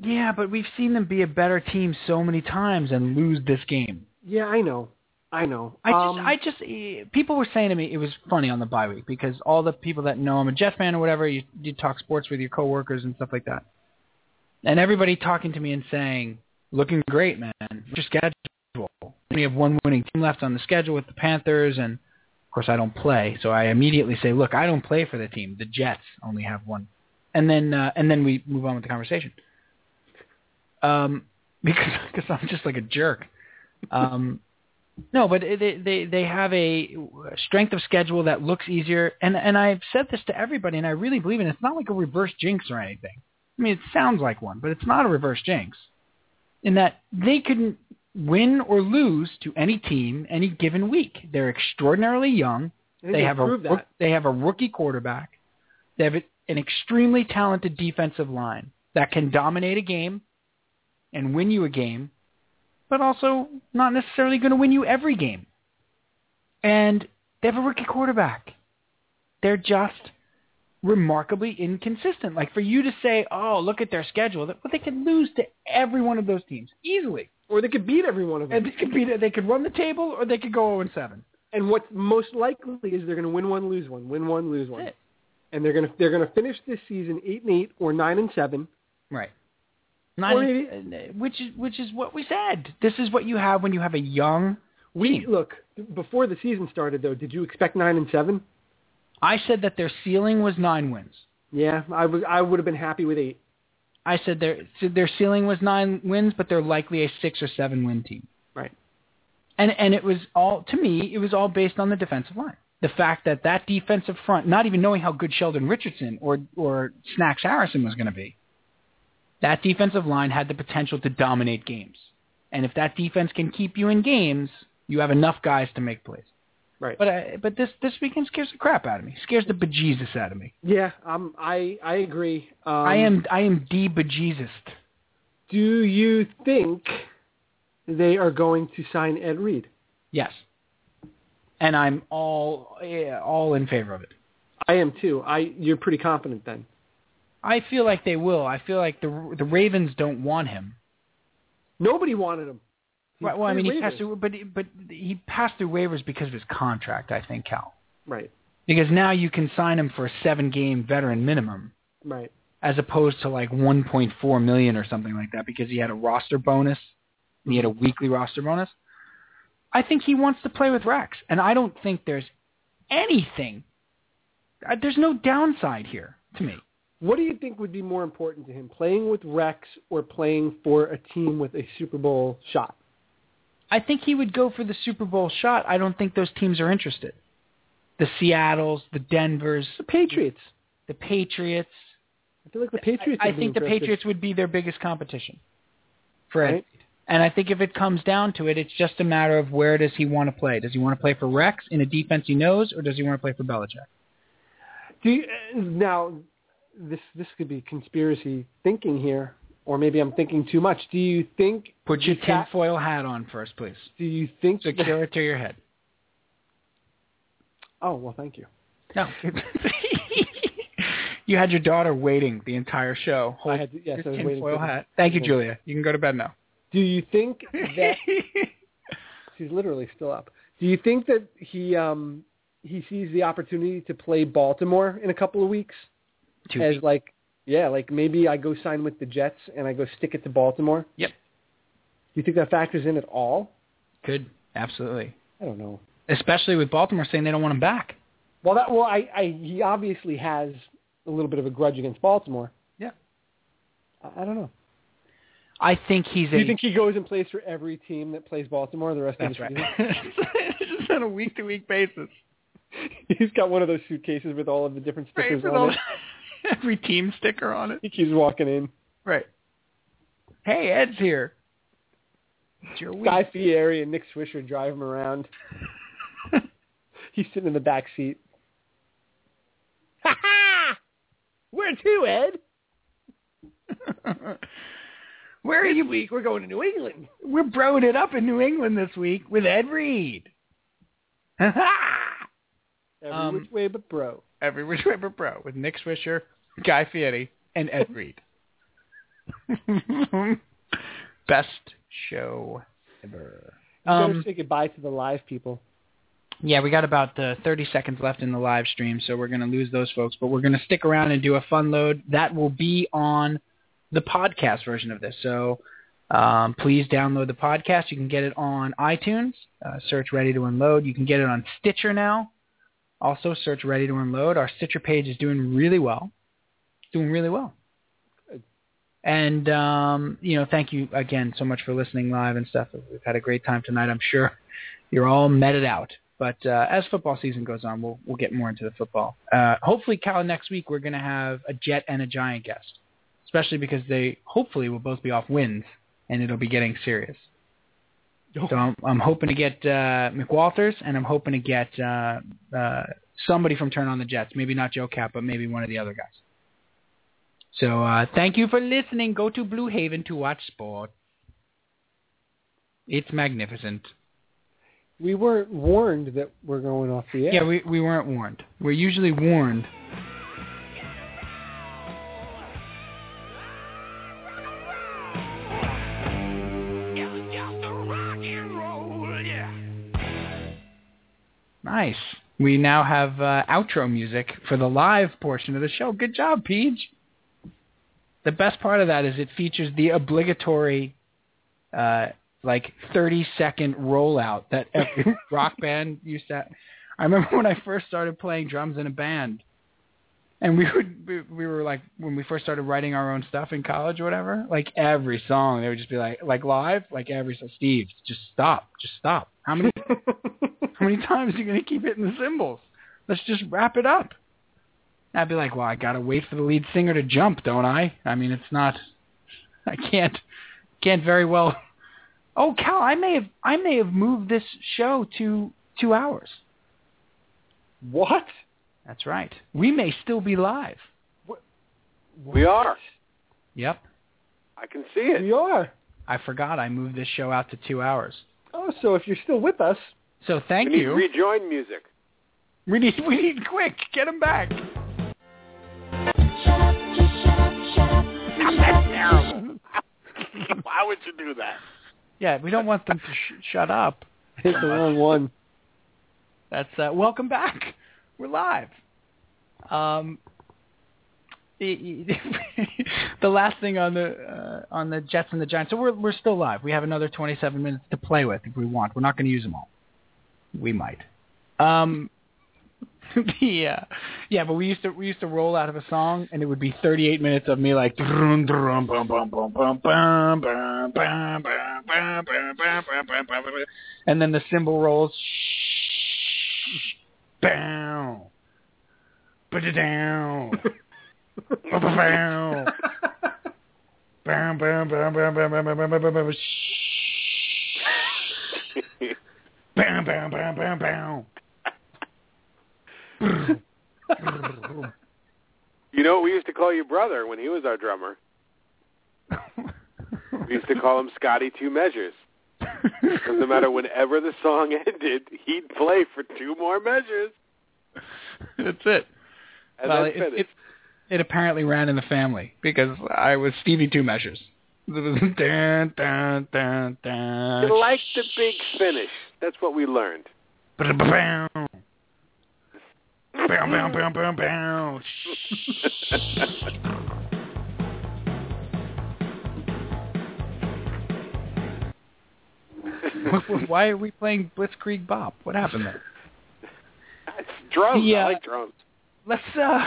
Yeah, but we've seen them be a better team so many times and lose this game. Yeah, I know. I know. I just, Um, I just, eh, people were saying to me, it was funny on the bye week because all the people that know I'm a Jet fan or whatever, you, you talk sports with your coworkers and stuff like that, and everybody talking to me and saying, "Looking great, man. Your schedule. We have one winning team left on the schedule with the Panthers, and course, I don't play, so I immediately say, "Look, I don't play for the team. The Jets only have one," and then uh, and then we move on with the conversation. Um, because because I'm just like a jerk. Um, no, but it- they they they have a strength of schedule that looks easier, and and I've said this to everybody, and I really believe it. It's not like a reverse jinx or anything. I mean, it sounds like one, but it's not a reverse jinx. In that they could win or lose to any team any given week. They're extraordinarily young. I think They have a proved rook- that. they have a rookie quarterback. They have an extremely talented defensive line that can dominate a game and win you a game, but also not necessarily going to win you every game. And they have a rookie quarterback. They're just remarkably inconsistent. Like for you to say, "Oh, look at their schedule," that- but they could lose to every one of those teams easily. Or they could beat every one of them. And they could be they could run the table or they could go 0 and 7. And what's most likely is they're going to win one, lose one, win one, lose one, it. and they're going to they're going to finish this season eight and eight or nine and seven. Right. Or e- uh, which is which is what we said. This is what you have when you have a young We team. look before the season started though. Did you expect nine and seven? I said that their ceiling was 9 wins. Yeah, I was I would have been happy with eight. I said their said their ceiling was 9 wins, but they're likely a 6 or 7 win team. Right. And and it was all to me, it was all based on the defensive line. The fact that that defensive front, not even knowing how good Sheldon Richardson or or Snacks Harrison was going to be, that defensive line had the potential to dominate games. And if that defense can keep you in games, you have enough guys to make plays. Right. But I, but this this weekend scares the crap out of me. Scares the bejesus out of me. Yeah, um, I I agree. Um, I am I am de bejesused. Do you think they are going to sign Ed Reed? Yes. And I'm all yeah, all in favor of it. I am too. I you're pretty confident then. I feel like they will. I feel like the the Ravens don't want him. Nobody wanted him. He Well, well, I cleared mean, he waivers. passed through, but but he passed through waivers because of his contract. I think Cal, Right. because now you can sign him for a seven-game veteran minimum, Right. as opposed to like 1.4 million or something like that, because he had a roster bonus, and he had a weekly roster bonus. I think he wants to play with Rex, and I don't think there's anything. uh, There's no downside here to me. What do you think would be more important to him, playing with Rex or playing for a team with a Super Bowl shot? I think he would go for the Super Bowl shot. I don't think those teams are interested. The Seattles, the Denvers, The Patriots. the Patriots. I feel like the Patriots. I, I would be think the interested. Patriots would be their biggest competition. Fred. Right. And I think if it comes down to it, it's just a matter of where does he want to play? Does he want to play for Rex in a defense he knows, or does he want to play for Belichick? Do you, uh, now, this this could be conspiracy thinking here, or maybe I'm thinking too much. Do you think? Put your the Ca- tinfoil hat on first, please. Do you think? Secure it to your head. oh well, thank you. No. you had your daughter waiting the entire show. I had to, yes, I your was waiting. tinfoil For this. hat. Thank you, Julia. You can go to bed now. Do you think that she's literally still up? Do you think that he um he sees the opportunity to play Baltimore in a couple of weeks? Two as like yeah, like maybe I go sign with the Jets and I go stick it to Baltimore. Yep. Do you think that factors in at all? Could absolutely, I don't know. especially with Baltimore saying they don't want him back. Well, that well, I, I he obviously has a little bit of a grudge against Baltimore. Yeah. I, I don't know. I think he's Do a. you think he goes and plays for every team that plays Baltimore the rest that's of right? the It's just on a week to week basis. season? He's got one of those suitcases with all of the different stickers With on all- it. every team sticker on it. He keeps walking in. Right. Hey, Ed's here. It's your week. Guy Fieri and Nick Swisher drive him around. He's sitting in the back seat. Ha ha! Where to, Ed? Where are you? week we're going to New England. We're broing it up in New England this week with Ed Reed. Every Um, which way but bro. Every Which Way But Bro with Nick Swisher, Guy Fieri, and Ed Reed. Best show ever. You Um, better say goodbye to the live people. yeah, we got about uh, 30 seconds left in the live stream, so we're going to lose those folks, but we're going to stick around and do a fun load. That will be on the podcast version of this. So um, please download the podcast. You can get it on iTunes. Uh, search Ready to Unload. You can get it on Stitcher now. Also, search Ready to Unload. Our Stitcher page is doing really well. It's doing really well. And, um, you know, thank you again so much for listening live and stuff. We've had a great time tonight. I'm sure you're all meted out. But uh, as football season goes on, we'll, we'll get more into the football. Uh, hopefully, Cal, next week we're going to have a Jet and a Giant guest, especially because they hopefully will both be off wins and it'll be getting serious. So I'm, I'm hoping to get uh, McWalters, and I'm hoping to get uh, uh, somebody from Turn on the Jets. Maybe not Joe Cap, but maybe one of the other guys. So uh, thank you for listening. Go to Blue Haven to watch sport. It's magnificent. We weren't warned that we're going off the air. Yeah, we, we weren't warned. We're usually warned. Nice. We now have uh, outro music for the live portion of the show. Good job, Peach. The best part of that is it features the obligatory, uh, like thirty second rollout that every rock band used to. Have. I remember when I first started playing drums in a band, and we would we, we were like when we first started writing our own stuff in college or whatever. Like every song, they would just be like like live, like every song. Steve, just stop, just stop. How many How many times are you going to keep hitting the cymbals? Let's just wrap it up. And I'd be like, well, I got to wait for the lead singer to jump, don't I? I mean, it's not. I can't. Can't very well. Oh, Cal, I may have. I may have moved this show to two hours. What? That's right. We may still be live. We are. Yep. I can see it. We are. I forgot I moved this show out to two hours. Oh, so if you're still with us, So thank we need you. rejoin music. we need. We need quick. Get him back. Shut up, just shut up, shut up. That's terrible. Why would you do that? Yeah, we don't want them to sh- shut up. hit the wrong one. That's uh, welcome back. We're live. Um, the, the last thing on the uh, on the Jets and the Giants. So we're we're still live. We have another 27 minutes to play with if we want. We're not going to use them all. We might. Um, the uh, yeah, but we used to we used to roll out of a song and it would be 38 minutes of me like drum drum bum bum bum bum bum bum bum bum bum bum bum bum bum bum bum and then the cymbal rolls. Bow. Put it down. Bow. Bow, bow, bow, bow, bow, bow, bow, bow, bow, bow, bow. Bow, bow, bow, bow, bow. You know, we used to call you brother when he was our drummer. We used to call him Scotty Two Measures. 'Cause no matter whenever the song ended, he'd play for two more measures. That's it. And well, then it, finish. it, it apparently ran in the family because I was Stevie Two Measures. dun, dun, dun, dun. you like the big finish. That's what we learned. Bam, bam, bam, bam, bam, bam. Why are we playing Blitzkrieg Bop? What happened there? It's drums. Yeah. I like drums. Let's. uh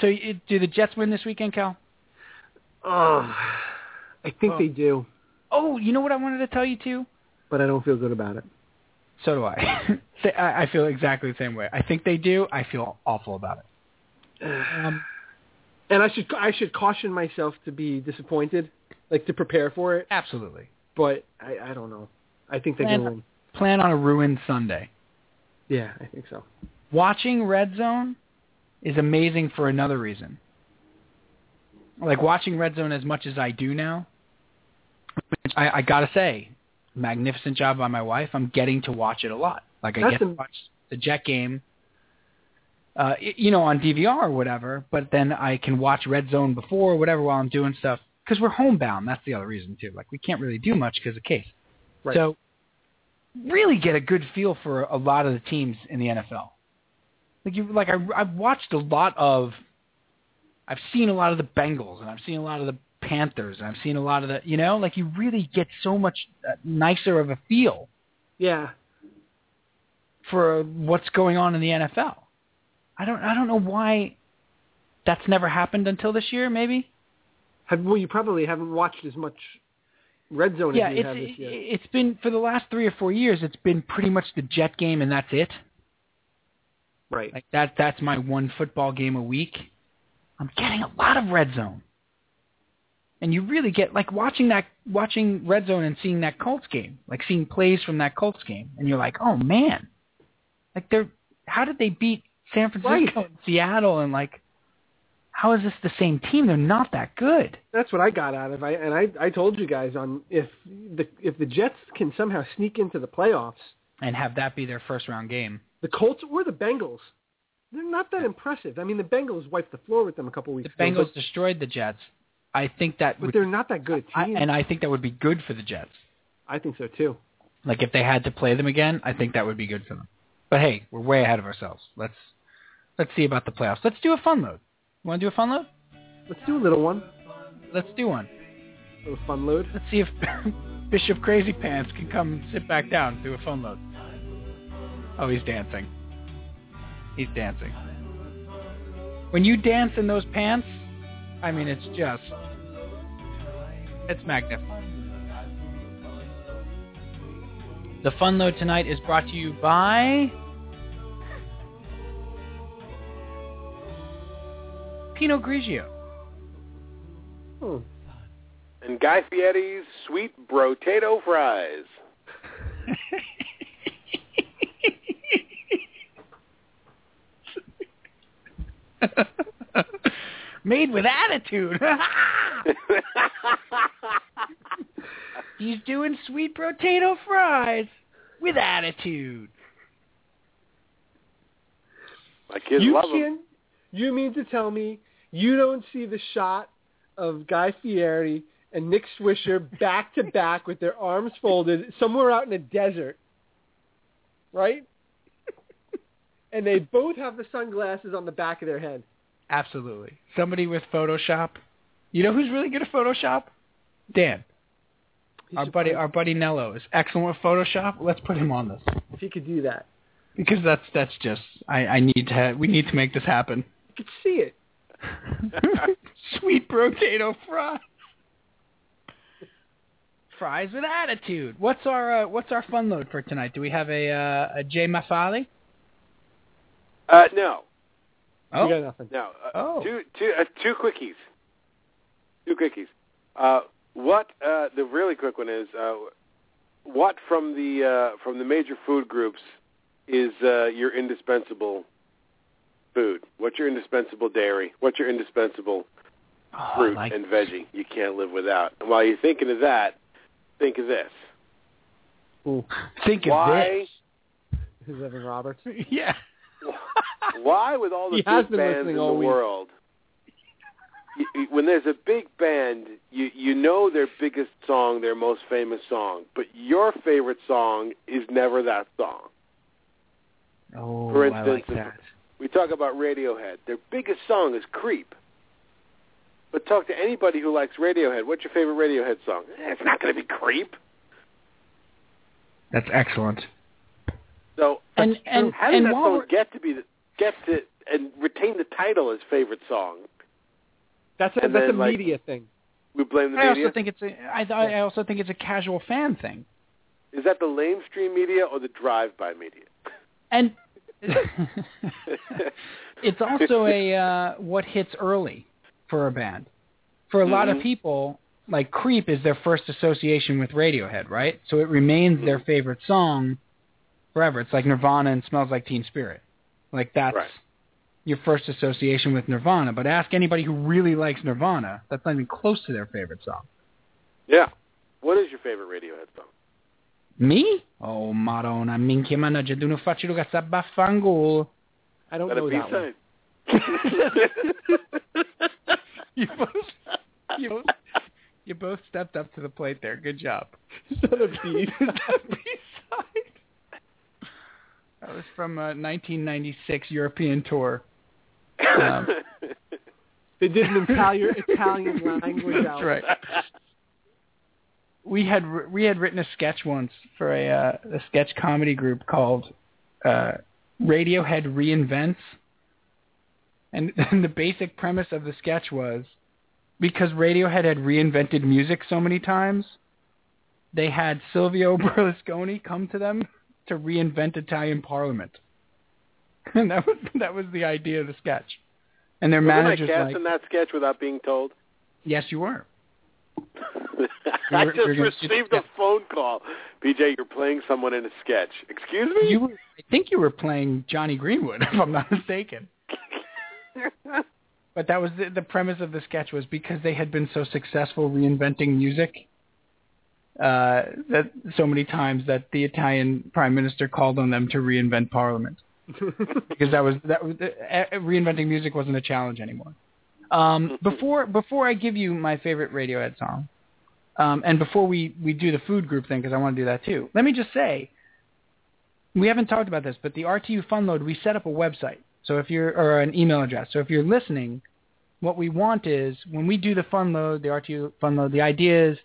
So, you, do the Jets win this weekend, Cal? Oh, I think Oh. they do, Oh, you know what I wanted to tell you too. but I don't feel good about it. So do I. Say- I I feel exactly the same way. I think they do. I feel awful about it. Um, And I should I should caution myself to be disappointed, like to prepare for it. absolutely. But I, I don't know. I think they're Plan- going to win. Plan on a ruined Sunday. Yeah, I think so. watching Red Zone is amazing for another reason. Like watching Red Zone as much as I do now, which I, I gotta say, magnificent job by my wife. I'm getting to watch it a lot. Like I That's get to am- watch the Jet game, uh, y- you know, on DVR or whatever. But then I can watch Red Zone before or whatever while I'm doing stuff because we're homebound. That's the other reason too. Like we can't really do much because of case. Right. So really get a good feel for a lot of the teams in the NFL like you like I I've watched a lot of I've seen a lot of the Bengals and I've seen a lot of the Panthers and I've seen a lot of the you know like you really get so much uh, nicer of a feel Yeah, for what's going on in the NFL. I don't I don't know why that's never happened until this year. Maybe. Have, well, you probably haven't watched as much Red Zone yeah, as you it's have this year. it's been for the last three or four years. It's been pretty much the Jet game, and that's it. right. Like that that's my one football game a week. I'm getting a lot of red zone. And you really get like watching that watching red zone and seeing that Colts game, like seeing plays from that Colts game and you're like, "Oh man. Like they're how did they beat San Francisco Right. and Seattle and like how is this the same team? They're not that good." That's what I got out of. I and I, I told you guys on if the if the Jets can somehow sneak into the playoffs, And have that be their first round game. the Colts or the Bengals, they're not that impressive. I mean, the Bengals wiped the floor with them a couple The weeks ago, Bengals destroyed the Jets. I think that but, but would they're not that good a I, team. and I think that would be good for the Jets. I think so too. Like if they had to play them again, I think that would be good for them. But hey, we're way ahead of ourselves. Let's let's see about the playoffs. Let's do a fun load. You want to do a fun load? Let's do a little one, Let's do one. a little fun load. Let's see if Bishop Crazy Pants can come sit back down and do a fun load. Oh, he's dancing. He's dancing. When you dance in those pants, I mean it's just it's magnificent. The fun load tonight is brought to you by Pinot Grigio. Oh, And Guy Fieri's sweet potato fries. Made with attitude. He's doing sweet potato fries with attitude. My kids you love them. can. You mean to tell me you don't see the shot of Guy Fieri and Nick Swisher back to back with their arms folded somewhere out in a desert, right? And they both have the sunglasses on the back of their head. Absolutely. Somebody with Photoshop. You know who's really good at Photoshop? Dan. Our buddy our buddy Nello is excellent with Photoshop. Let's put him on this. If he could do that, Because that's that's just I, I need to we need to make this happen. you could see it. Sweet potato fry. Fries with attitude. What's our uh, what's our fun load for tonight? Do we have a uh, a Jay Mafali? Uh, no, You got nothing. no. Uh, Oh. Two, two, uh, two quickies. Two quickies. Uh, what uh, the really quick one is? Uh, what from the uh, from the major food groups is uh, your indispensable food? What's your indispensable dairy? What's your indispensable Oh, fruit like- and veggie you can't live without? And while you're thinking of that, think of this. think of Why? This is Evan Roberts. this. Yeah. Why, with all the He big has been bands listening in all the week. world, y y- when there's a big band, you you know their biggest song, their most famous song, but your favorite song is never that song. Oh, For I like instance, that. We talk about Radiohead. Their biggest song is "Creep," but talk to anybody who likes Radiohead. What's your favorite Radiohead song? Eh, it's not going to be "Creep." That's excellent. So And and how did and that while song we're, get to be the, get to and retain the title as favorite song? That's a, And that's a then, like, media thing. We blame the Oh, I media. also think it's a, I, I also think it's a casual fan thing. Is that the lamestream media or the drive-by media? And it's also a uh, what hits early for a band. For a lot of Mhm. people, like Creep is their first association with Radiohead, right? So it remains their favorite song forever. It's like Nirvana and Smells Like Teen Spirit. Like that's Right. your first association with Nirvana. But ask anybody who really likes Nirvana, that's not even close to their favorite song. Yeah. What is your favorite Radiohead song? Me? Oh, Madonna, minchia mannaggia, non faccio lo cazzo abbaffangolo. I don't Let know it be that one. You both, you both, you both stepped up to the plate there. Good job. Son of bees. B-side. That was from a 1996 European tour. Um, They did an Italian Italian language That's album. right. We had wr- we had written a sketch once for a uh, a sketch comedy group called uh, Radiohead Reinvents, And, and the basic premise of the sketch was because Radiohead had reinvented music so many times, they had Silvio Berlusconi come to them to reinvent Italian Parliament. And that was that was the idea of the sketch. And their Wasn't managers I cast like, in that sketch without being told? yes, you were. I We're- just we're gonna- received a phone call. PJ, you're playing someone in a sketch. Excuse me? You were, I think you were playing Johnny Greenwood, if I'm not mistaken. But that was the, the premise of the sketch was because they had been so successful reinventing music uh, that so many times that the Italian prime minister called on them to reinvent parliament because that was that was, uh, reinventing music wasn't a challenge anymore. Um, before before I give you my favorite Radiohead song, um, and before we we do the food group thing because I want to do that too. Let me just say, we haven't talked about this, but the RTU Funload we set up a website. So if you're or an email address. So if you're listening, what we want is when we do the Funload, the RTU Funload, the idea is.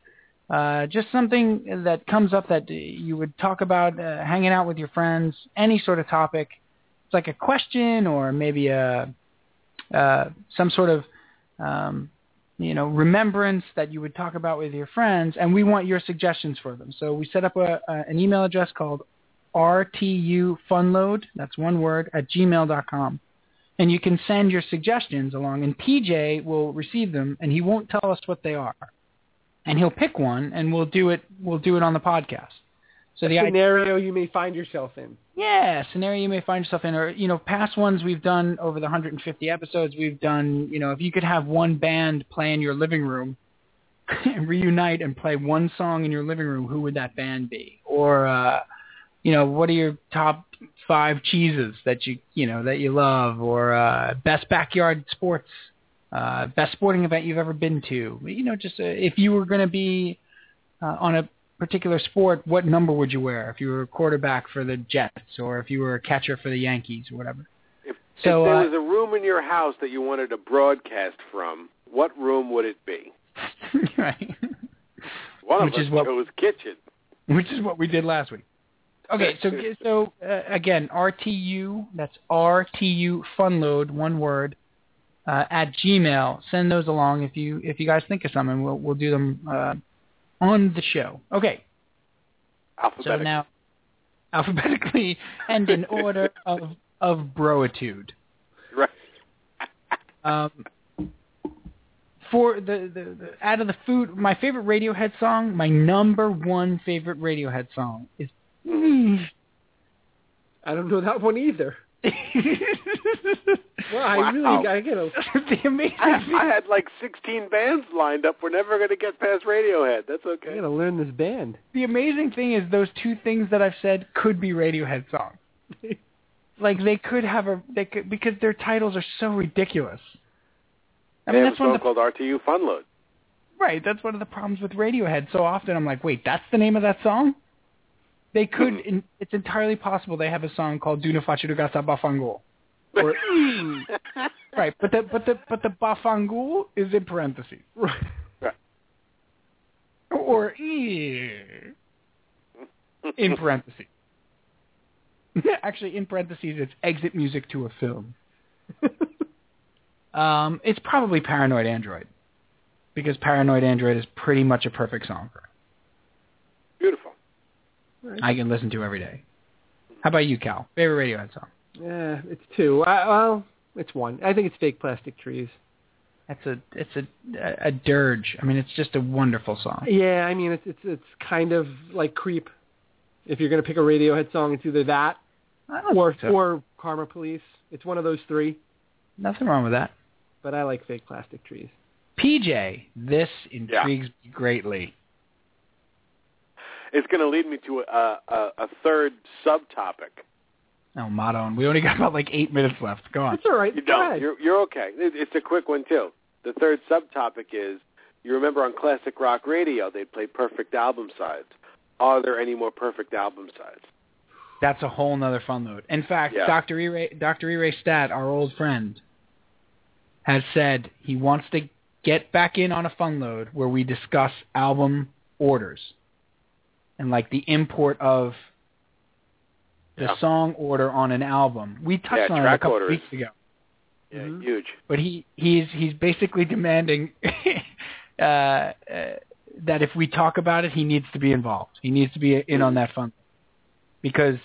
Uh, just something that comes up that you would talk about uh, hanging out with your friends, any sort of topic, it's like a question or maybe a uh, some sort of um, you know remembrance that you would talk about with your friends, and we want your suggestions for them. So we set up a, a an email address called rtufunload. That's one word at gmail.com. And you can send your suggestions along, and PJ will receive them, and he won't tell us what they are, and he'll pick one, and we'll do it. We'll do it on the podcast. So the idea scenario you may find yourself in. yeah, scenario you may find yourself in, or you know, past ones we've done over the 150 episodes we've done. You know, if you could have one band play in your living room and reunite and play one song in your living room, who would that band be? Or, uh, you know, what are your top five cheeses that you you know that you love? Or uh, best backyard sports, uh, best sporting event you've ever been to? You know, just uh, if you were going to be uh, on a particular sport, what number would you wear if you were a quarterback for the Jets or if you were a catcher for the Yankees or whatever? If, So, if there uh, was a room in your house that you wanted to broadcast from, what room would it be? right. One Which of us is what- chose kitchen. Which is what we did last week. Okay, so so uh, again, RTU, that's RTU Funload, one word, uh, at Gmail. Send those along if you if you guys think of some, and we'll we'll do them uh, on the show. Okay, So Alphabetic. now, alphabetically and in order of of broitude. Right. Um, for the, the, the out of the food, my favorite Radiohead song, my number one favorite Radiohead song is. I don't know that one either. Well, I Wow. really I get a the amazing. I, I had like 16 bands lined up. We're never going to get past Radiohead. That's I okay. gotta learn this band. the amazing thing is those two things that I've said could be Radiohead songs. like they could have a they could because their titles are so ridiculous. I mean they have a that's one song of the called RTU Funload. right, that's one of the problems with Radiohead. So often I'm like, "Wait, that's the name of that song?" They could in, it's entirely possible they have a song called Duna Faciru Gasa Bafangul. Or, right, but the but the but the Bafangul is in parentheses. Right. or "Eh," in parentheses. Actually, in parentheses, it's exit music to a film. um, it's probably Paranoid Android because Paranoid Android is pretty much a perfect song. for it. Beautiful. I can listen to every day. How about you, Cal? Favorite Radiohead song? Yeah, it's two. I, well, it's one. I think it's fake plastic trees. That's a it's a a dirge. I mean, it's just a wonderful song. Yeah, I mean it's it's it's kind of like creep. If you're gonna pick a Radiohead song, it's either that I don't or think so. or Karma Police. It's one of those three. Nothing wrong with that. But I like fake plastic trees. PJ, this intrigues me greatly. It's going to lead me to a, a, a third subtopic. Oh, Madon, we only got about like eight minutes left. Go on. That's all right. You Go don't. ahead. You're, you're okay. It, it's a quick one, too. The third subtopic is, you remember on classic rock radio, they play perfect album sides. Are there any more perfect album sides? That's a whole nother fun load. In fact, Yeah. Dr. E. Ray, Dr. E. Ray Stat, our old friend, has said he wants to get back in on a fun load where we discuss album orders and like the import of the Yeah. song order on an album. We touched Yeah, on it a track couple orders. weeks ago. Yeah, huge. But he he's he's basically demanding uh, uh, that if we talk about it, he needs to be involved. He needs to be in on that fun because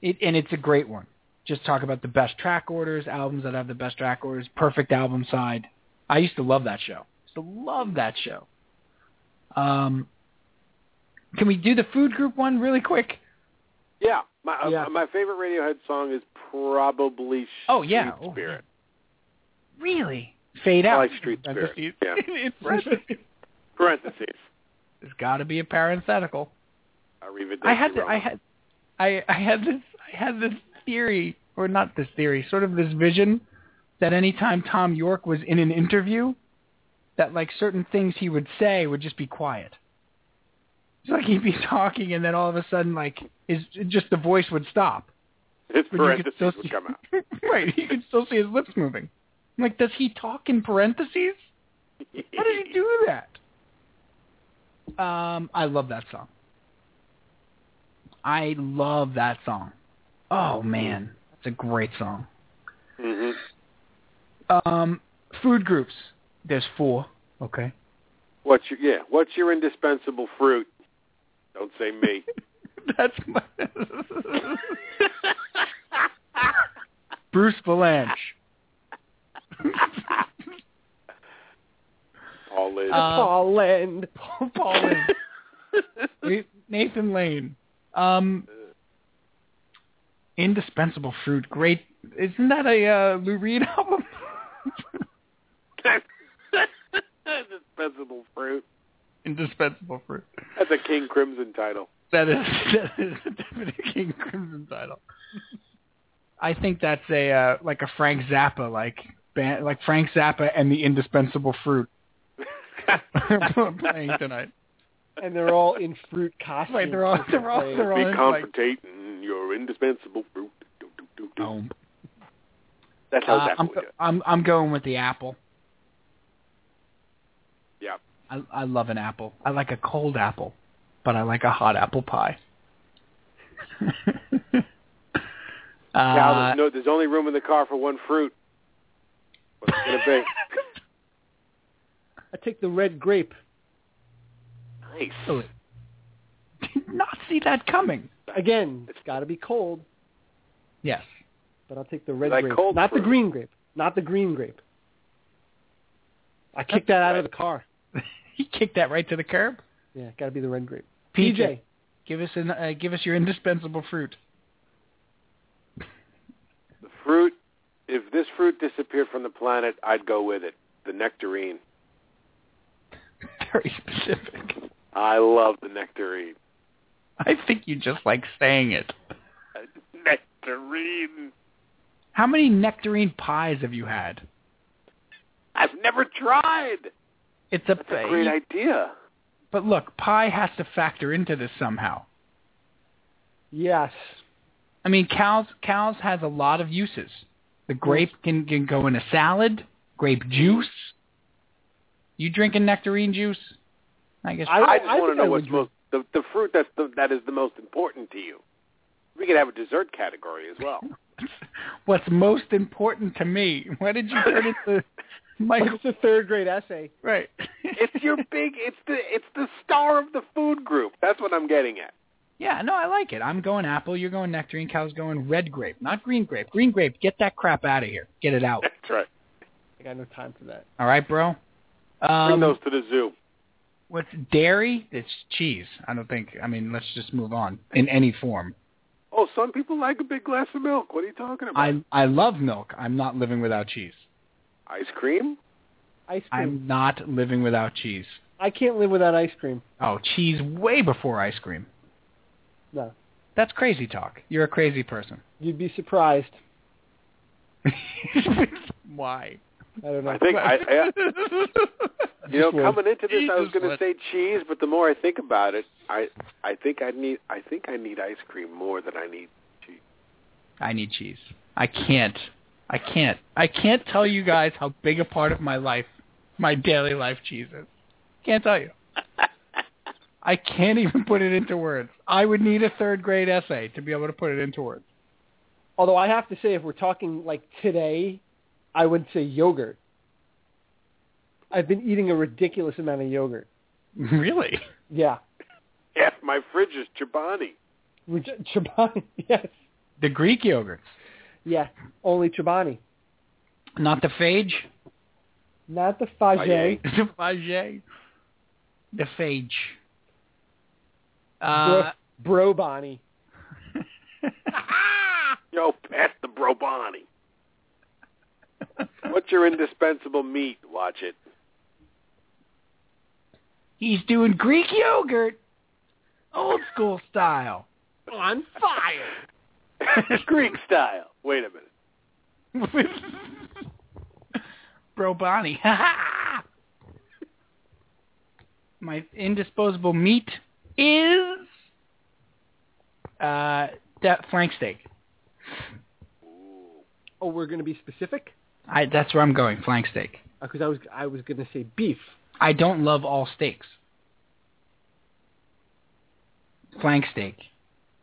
it and it's a great one. Just talk about the best track orders, albums that have the best track orders, perfect album side. I used to love that show. Used to love that show. Um, can we do the food group one really quick? Yeah, my uh, Yeah. my favorite Radiohead song is probably Oh, yeah. Street Spirit. Really? Fade I out. like Street I Spirit. just- Yeah. it's- Parentheses. There's got to be a parenthetical. Arrivederci, I had to, I Roma. had I I had this I had this theory or not this theory, sort of this vision that anytime Tom York was in an interview, that like certain things he would say would just be quiet. It's like he'd be talking and then all of a sudden like his just the voice would stop. His But you could parentheses still see, would come out. right, you could still see his lips moving. I'm like, does he talk in parentheses? How does he do that? Um, I love that song. I love that song. Oh man, that's a great song. hmm Um, food groups. There's four. Okay. What's your yeah? What's your indispensable fruit? Don't say me. That's my Bruce Valanche. Paul is. Um, Paul Lend. Paul Lynde. Na- Nathan Lane. Um, Indispensable Fruit. Great. Isn't that a uh, Lou Reed album? indispensable fruit. Indispensable Fruit. That's a King Crimson title. That is that is a definite King Crimson title. I think that's a uh, like a Frank Zappa like band, like Frank Zappa and the Indispensable Fruit playing tonight. And they're all in fruit costumes. Right, they're all they're all they're all Be in, like confrontating your indispensable fruit. Do, do, do, do. um, That's how Uh, that I'm, would go. I'm I'm going with the apple. Yep. I I love an apple. I like a cold apple, but I like a hot apple pie. Cal, uh, there's, no, there's only room in the car for one fruit. What's it gonna I take the red grape. be? nice. Absolutely. Did not see that coming. Again, it's got to be cold, Yes. but I'll take the red Like grape. cold Not fruit. the green grape. Not the green grape. I kicked that out of the car. He kicked that right to the curb. Yeah, got to be the red grape. PJ, PJ. give us an uh, give us your indispensable fruit. The fruit. If this fruit disappeared from the planet, I'd go with it. The nectarine. Very specific. I love the nectarine. I think you just like saying it. Nectarine. How many nectarine pies have you had? I've never tried. It's a, That's a great idea. but look, pie has to factor into this somehow. Yes. I mean, cows cows has a lot of uses. The grape can can go in a salad, grape juice. You drinking nectarine juice? I guess. I, I just want think to know I what's would most the, the fruit that's the, that is the most important to you. We could have a dessert category as well. What's most important to me? Why did you turn it to Michael? It's a third grade essay. Right. it's your big. It's the it's the star of the food group. That's what I'm getting at. Yeah, no, I like it. I'm going apple. You're going nectarine. Cow's going red grape, not green grape. Green grape, get that crap out of here. Get it out. That's right. I got no time for that. All right, bro. Bring Um, those to the zoo. What's dairy? It's cheese. I don't think. I mean, let's just move on in any form. Oh, some people like a big glass of milk. What are you talking about? I I love milk. I'm not living without cheese. Ice cream? Ice cream. I'm not living without cheese. I can't live without ice cream. Oh, cheese way before ice cream. No. That's crazy talk. You're a crazy person. You'd be surprised. Why? I don't know. I think I, I you know coming into this I was Jesus, going to what- say cheese, but the more I think about it, I I think I need I think I need ice cream more than I need I need cheese. I can't. I can't. I can't tell you guys how big a part of my life, my daily life cheese is. Can't tell you. I can't even put it into words. I would need a third grade essay to be able to put it into words. Although I have to say, if we're talking like today, I would say yogurt. I've been eating a ridiculous amount of yogurt. Really? Yeah. Half my fridge is Chobani. Which Chobani? Yes. The Greek yogurts, Yeah. Only Chobani. not the phage. Not the Fage. the phage. The phage. Uh, Bro Bonnie. Yo, pass the Brobani. What's your indispensable meat? Watch it. He's doing Greek yogurt, old school style. On fire. Greek style. Wait a minute. Bro Bonnie. Ha ha! My indisposable meat is uh, that flank steak. Oh, we're going to be specific? I, that's where I'm going, flank steak. Because I was I was going to say beef. I don't love all steaks. Flank steak.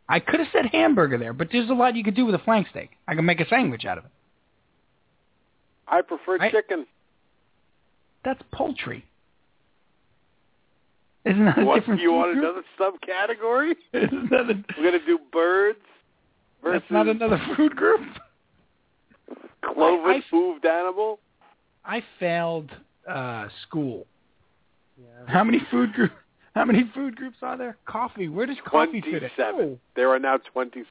I could have said hamburger there, but there's a lot you could do with a flank steak. I can make a sandwich out of it. I prefer Right. chicken. That's poultry. Isn't that a What, different you want food group? another subcategory? Isn't that a- We're going to do birds versus That's not another food group. I- cloven I- hooved animal? I failed uh, school. Yeah. How many food group? How many food groups are there? Coffee. Where does coffee fit in? 27. Oh, There are now 27.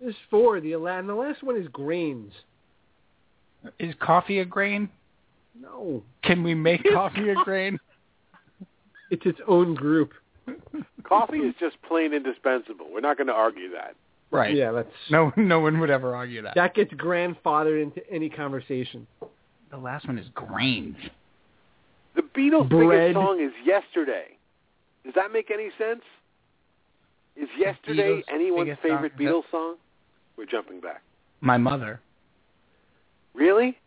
there's four. The la- and the last one is grains. Oh. Is coffee a grain? No, Can we make coffee a grain? it's its own group. Coffee is just plain indispensable. We're not going to argue that. Right. Yeah, that's No, no one would ever argue that. that gets grandfathered into any conversation. The last one is grains. The Beatles' Bread. biggest song is Yesterday. Does that make any sense? Is Yesterday Beatles' anyone's biggest song favorite is Beatles song? We're jumping back. My mother, Really?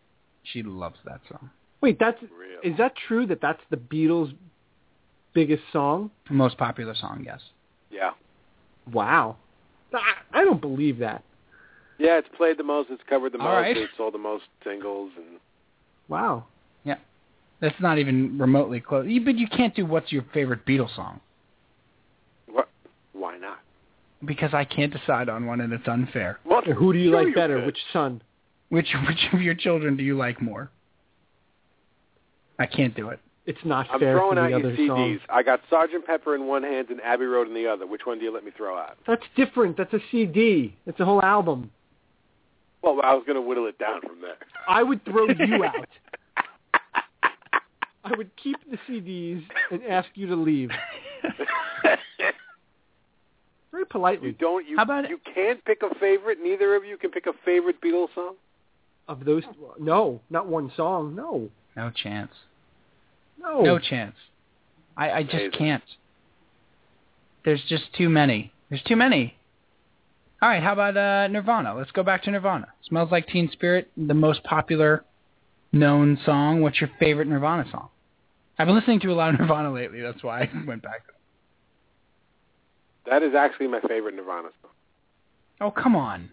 she loves that song. Wait, that's Really? is that true that that's the Beatles' biggest song? Most popular song, yes. Yeah. Wow, I, I don't believe that. Yeah, it's played the most. It's covered the All most. right. It's sold the most singles. And Wow, That's not even remotely close. You- But you can't do what's your favorite Beatles song why not? because I can't decide on one, and it's unfair. What? who do you Sure like better? could. Which son? Which which of your children do you like more? I can't do it. It's not I'm fair throwing for out the your other CDs. song. I got Sergeant Pepper in one hand and Abbey Road in the other. Which one do you let me throw out? That's different. That's a CD. That's a whole album. Well, I was going to whittle it down from there. I would throw you out. I would keep the CDs and ask you to leave very You politely don't. You How about- you can't pick a favorite. Neither of you can pick a favorite Beatles song. of those. No, not one song. No, No chance. no. No chance. I, I just Oh. Amazing. can't. There's just too many. There's too many. All right, how about uh, Nirvana? Let's go back to Nirvana. Smells Like Teen Spirit, the most popular known song. What's your favorite Nirvana song? I've been listening to a lot of Nirvana lately. That's why I went back. That is actually my favorite Nirvana song. Oh, come on.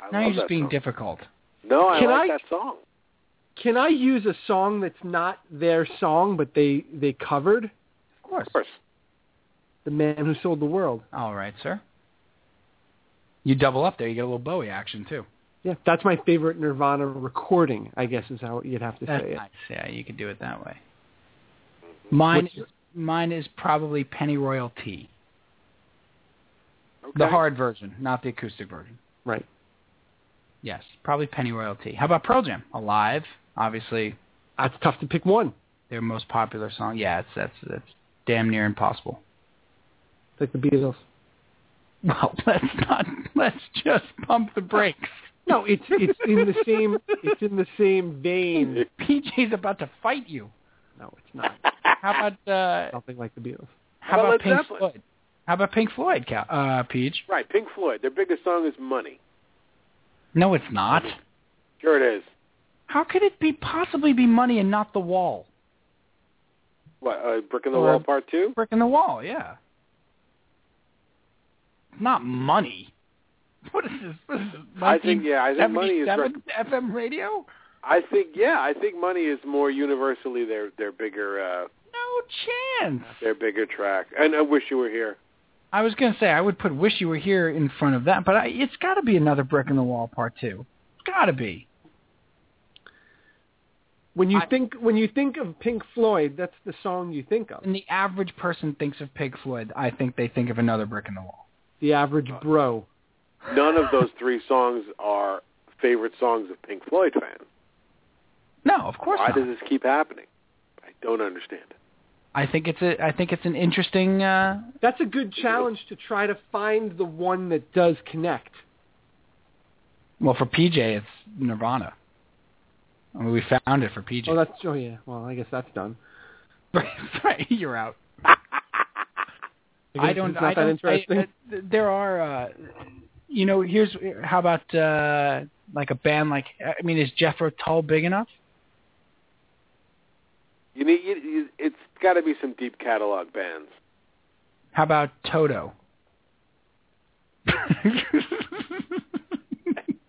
I Now love you're that just being song. difficult. No, I Can like I- that song. Can I use a song that's not their song, but they they covered Of course. Of course. the man who sold the world? All right, sir. You double up there. You get a little Bowie action, too. Yeah, that's my favorite Nirvana recording. I guess is how you'd have to That's say it. nice. Yeah, Mm-hmm. you could do it that way. Mine, What's is, mine is probably Penny Royal Tea, Okay. the hard version, not the acoustic version. Right. Yes, probably Penny Royal Tea. How about Pearl Jam? Alive, obviously That's tough to pick one. their most popular song. Yeah, it's that's that's damn near impossible. It's Like the Beatles. Well, let's not let's just pump the brakes. No, it's it's in the same it's in the same vein. PJ's about to fight you. No, it's not. How about uh, Nothing like the Beatles. how about about Led Pink Zeppelin? Floyd? How about Pink Floyd, Cal- uh, Peach? Right, Pink Floyd. Their biggest song is Money. No, it's not. Sure it is. How could it be possibly be money and not the wall? What, uh, Brick in the Or- Wall Part 2? Brick in the wall, yeah. Not money. What is this? This is I think, yeah, I think Money is 1977 FM radio. I think yeah, I think money is more universally their their bigger uh No chance. their bigger track. And I wish you were here. I was gonna say I would put "Wish You Were Here" in front of that, but I, it's got to be another brick in the wall part two. It's got to be. When you I- think when you think of Pink Floyd, that's the song you think of. When the average person thinks of Pink Floyd, I think they think of another brick in the wall. The average bro. None of those three songs are favorite songs of Pink Floyd fans. No, of course Why not. does this keep happening? I don't understand. I think it's a. I think it's an interesting. Uh, That's a good challenge to try to find the one that does connect. well, for PJ, it's Nirvana. I mean, we found it for PJ. Oh, that's oh yeah. Well, I guess that's done. right, right, you're out. guess I don't. it's not I that don't. I- interesting. uh, th- there are. Uh, you know, here's how about uh, like a band like I mean, is Jethro Tull big enough? You need you, you, it's got to be some deep catalog bands. How about Toto?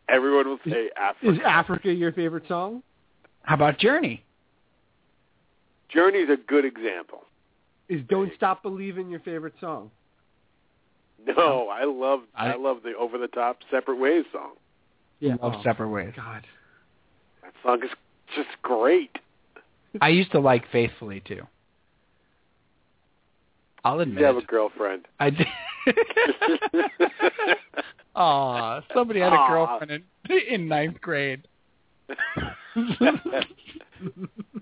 Everyone will say Africa. Is Africa your favorite song? How about Journey? Journey's a good example. Is Don't Stop Believing your favorite song? No, I love I, I- love the over the top separate ways song. Yeah. Love oh, Separate Ways. God. That song is just great. I used to like Faithfully too. I'll You admit, have a it. girlfriend. I did. Aw, somebody had a Aw. girlfriend in, in ninth grade. Oh,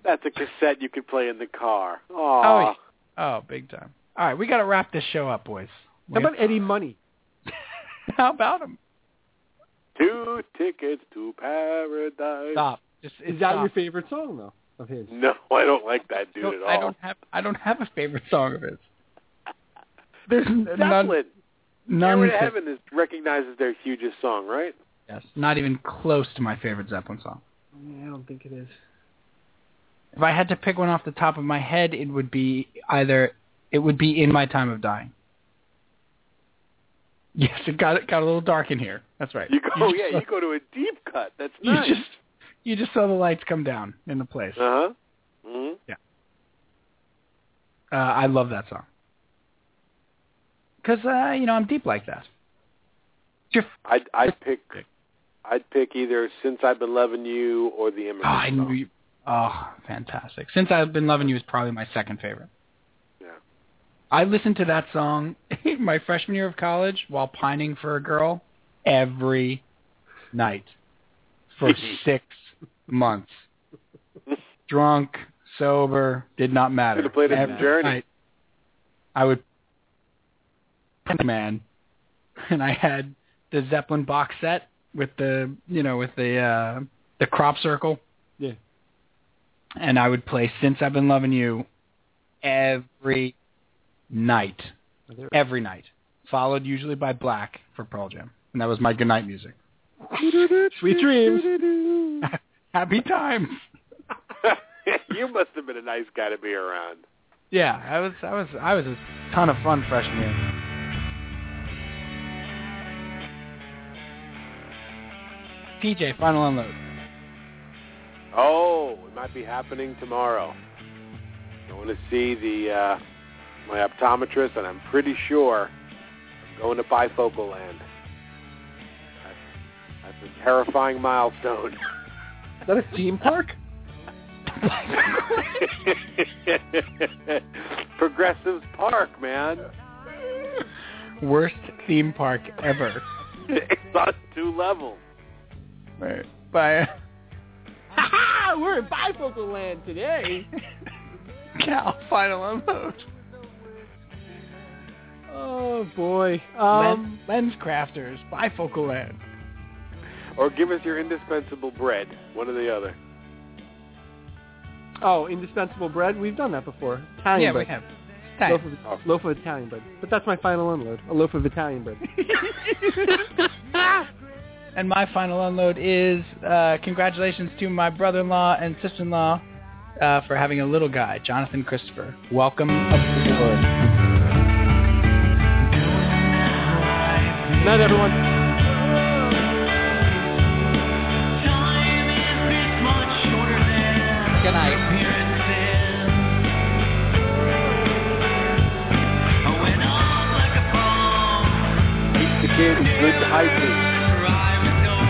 That's a cassette you could play in the car. Oh, Aw. yeah. Oh, big time. All right, we got to wrap this show up, boys. How about Eddie Money? How about him? Two tickets to paradise. Stop. Just Is that stop. your favorite song though of his? No, I don't like that dude Don't- at all. I don't have. I don't have a favorite song of his. There's none. Zeppelin. None. Stairway to that- Heaven is recognized as their hugest song, right? yes, not even close to my favorite Zeppelin song. Yeah, I don't think it is. If I had to pick one off the top of my head, it would be either. It would be in my time of dying. Yes, it got it got a little dark in here. That's right. You go, just yeah, saw- you go to a deep cut. That's you nice. just you just saw the lights come down in the place. Uh huh. hmm Uh, I love that song. Because, uh, you know, I'm deep like that. Your, I'd I'd pick I'd pick either since I've been loving you or the oh, immigrant. I knew Song. you. Oh, fantastic. Since I've Been Loving You is probably my second favorite. Yeah. I listened to that song my freshman year of college while pining for a girl every night for six months. Drunk, sober, did not matter. Should've played it in Every Journey. night, I would man, and I had the Zeppelin box set with the you know with the uh, the crop circle. Yeah. And I would play "Since I've Been Loving You" every night, every night, followed usually by "Black" for Pearl Jam, and that was my goodnight music. Sweet Dreams. Happy times. you must have been a nice guy to be around. Yeah, I was, I was, I was a ton of fun freshman year. PJ, final unload. Oh, it might be happening tomorrow. I want to see the uh, my optometrist, and I'm pretty sure I'm going to bifocal land. That's- That's a terrifying milestone. Is that a theme park? Progressives Park, man. Worst theme park ever. It's on two levels. Right. Bye. Ha ha! We're in bifocal land today. Cal, final unload. Oh boy. Um. Lens, lens crafters, bifocal lens. Or give us your indispensable bread, one or the other. Oh, indispensable bread. We've done that before. Italian yeah, we bread. have. Loaf of, loaf of Italian bread. But that's my final unload. A loaf of Italian bread. and my final unload is uh, congratulations to my brother-in-law and sister-in-law uh, for having a little guy, Jonathan Christopher. Welcome aboard. Good night, everyone. Time is this much kid who's good to high school.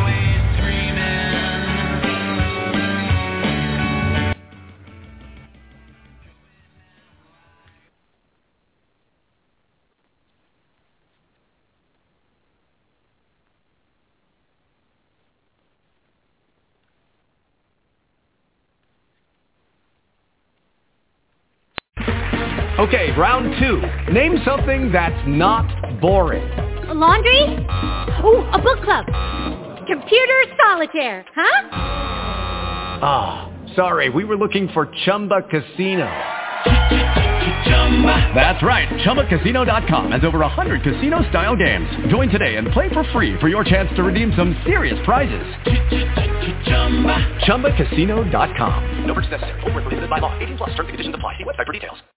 Okay, round two. Name something that's not boring. A laundry? Ooh, a book club. Computer solitaire, huh? Ah, sorry, we were looking for Chumba Casino. That's right, ChumbaCasino.com has over 100 casino-style games. Join today and play for free for your chance to redeem some serious prizes. ChumbaCasino.com. No purchase necessary. Void where prohibited by law. 18 plus. Terms and conditions apply. See website for details.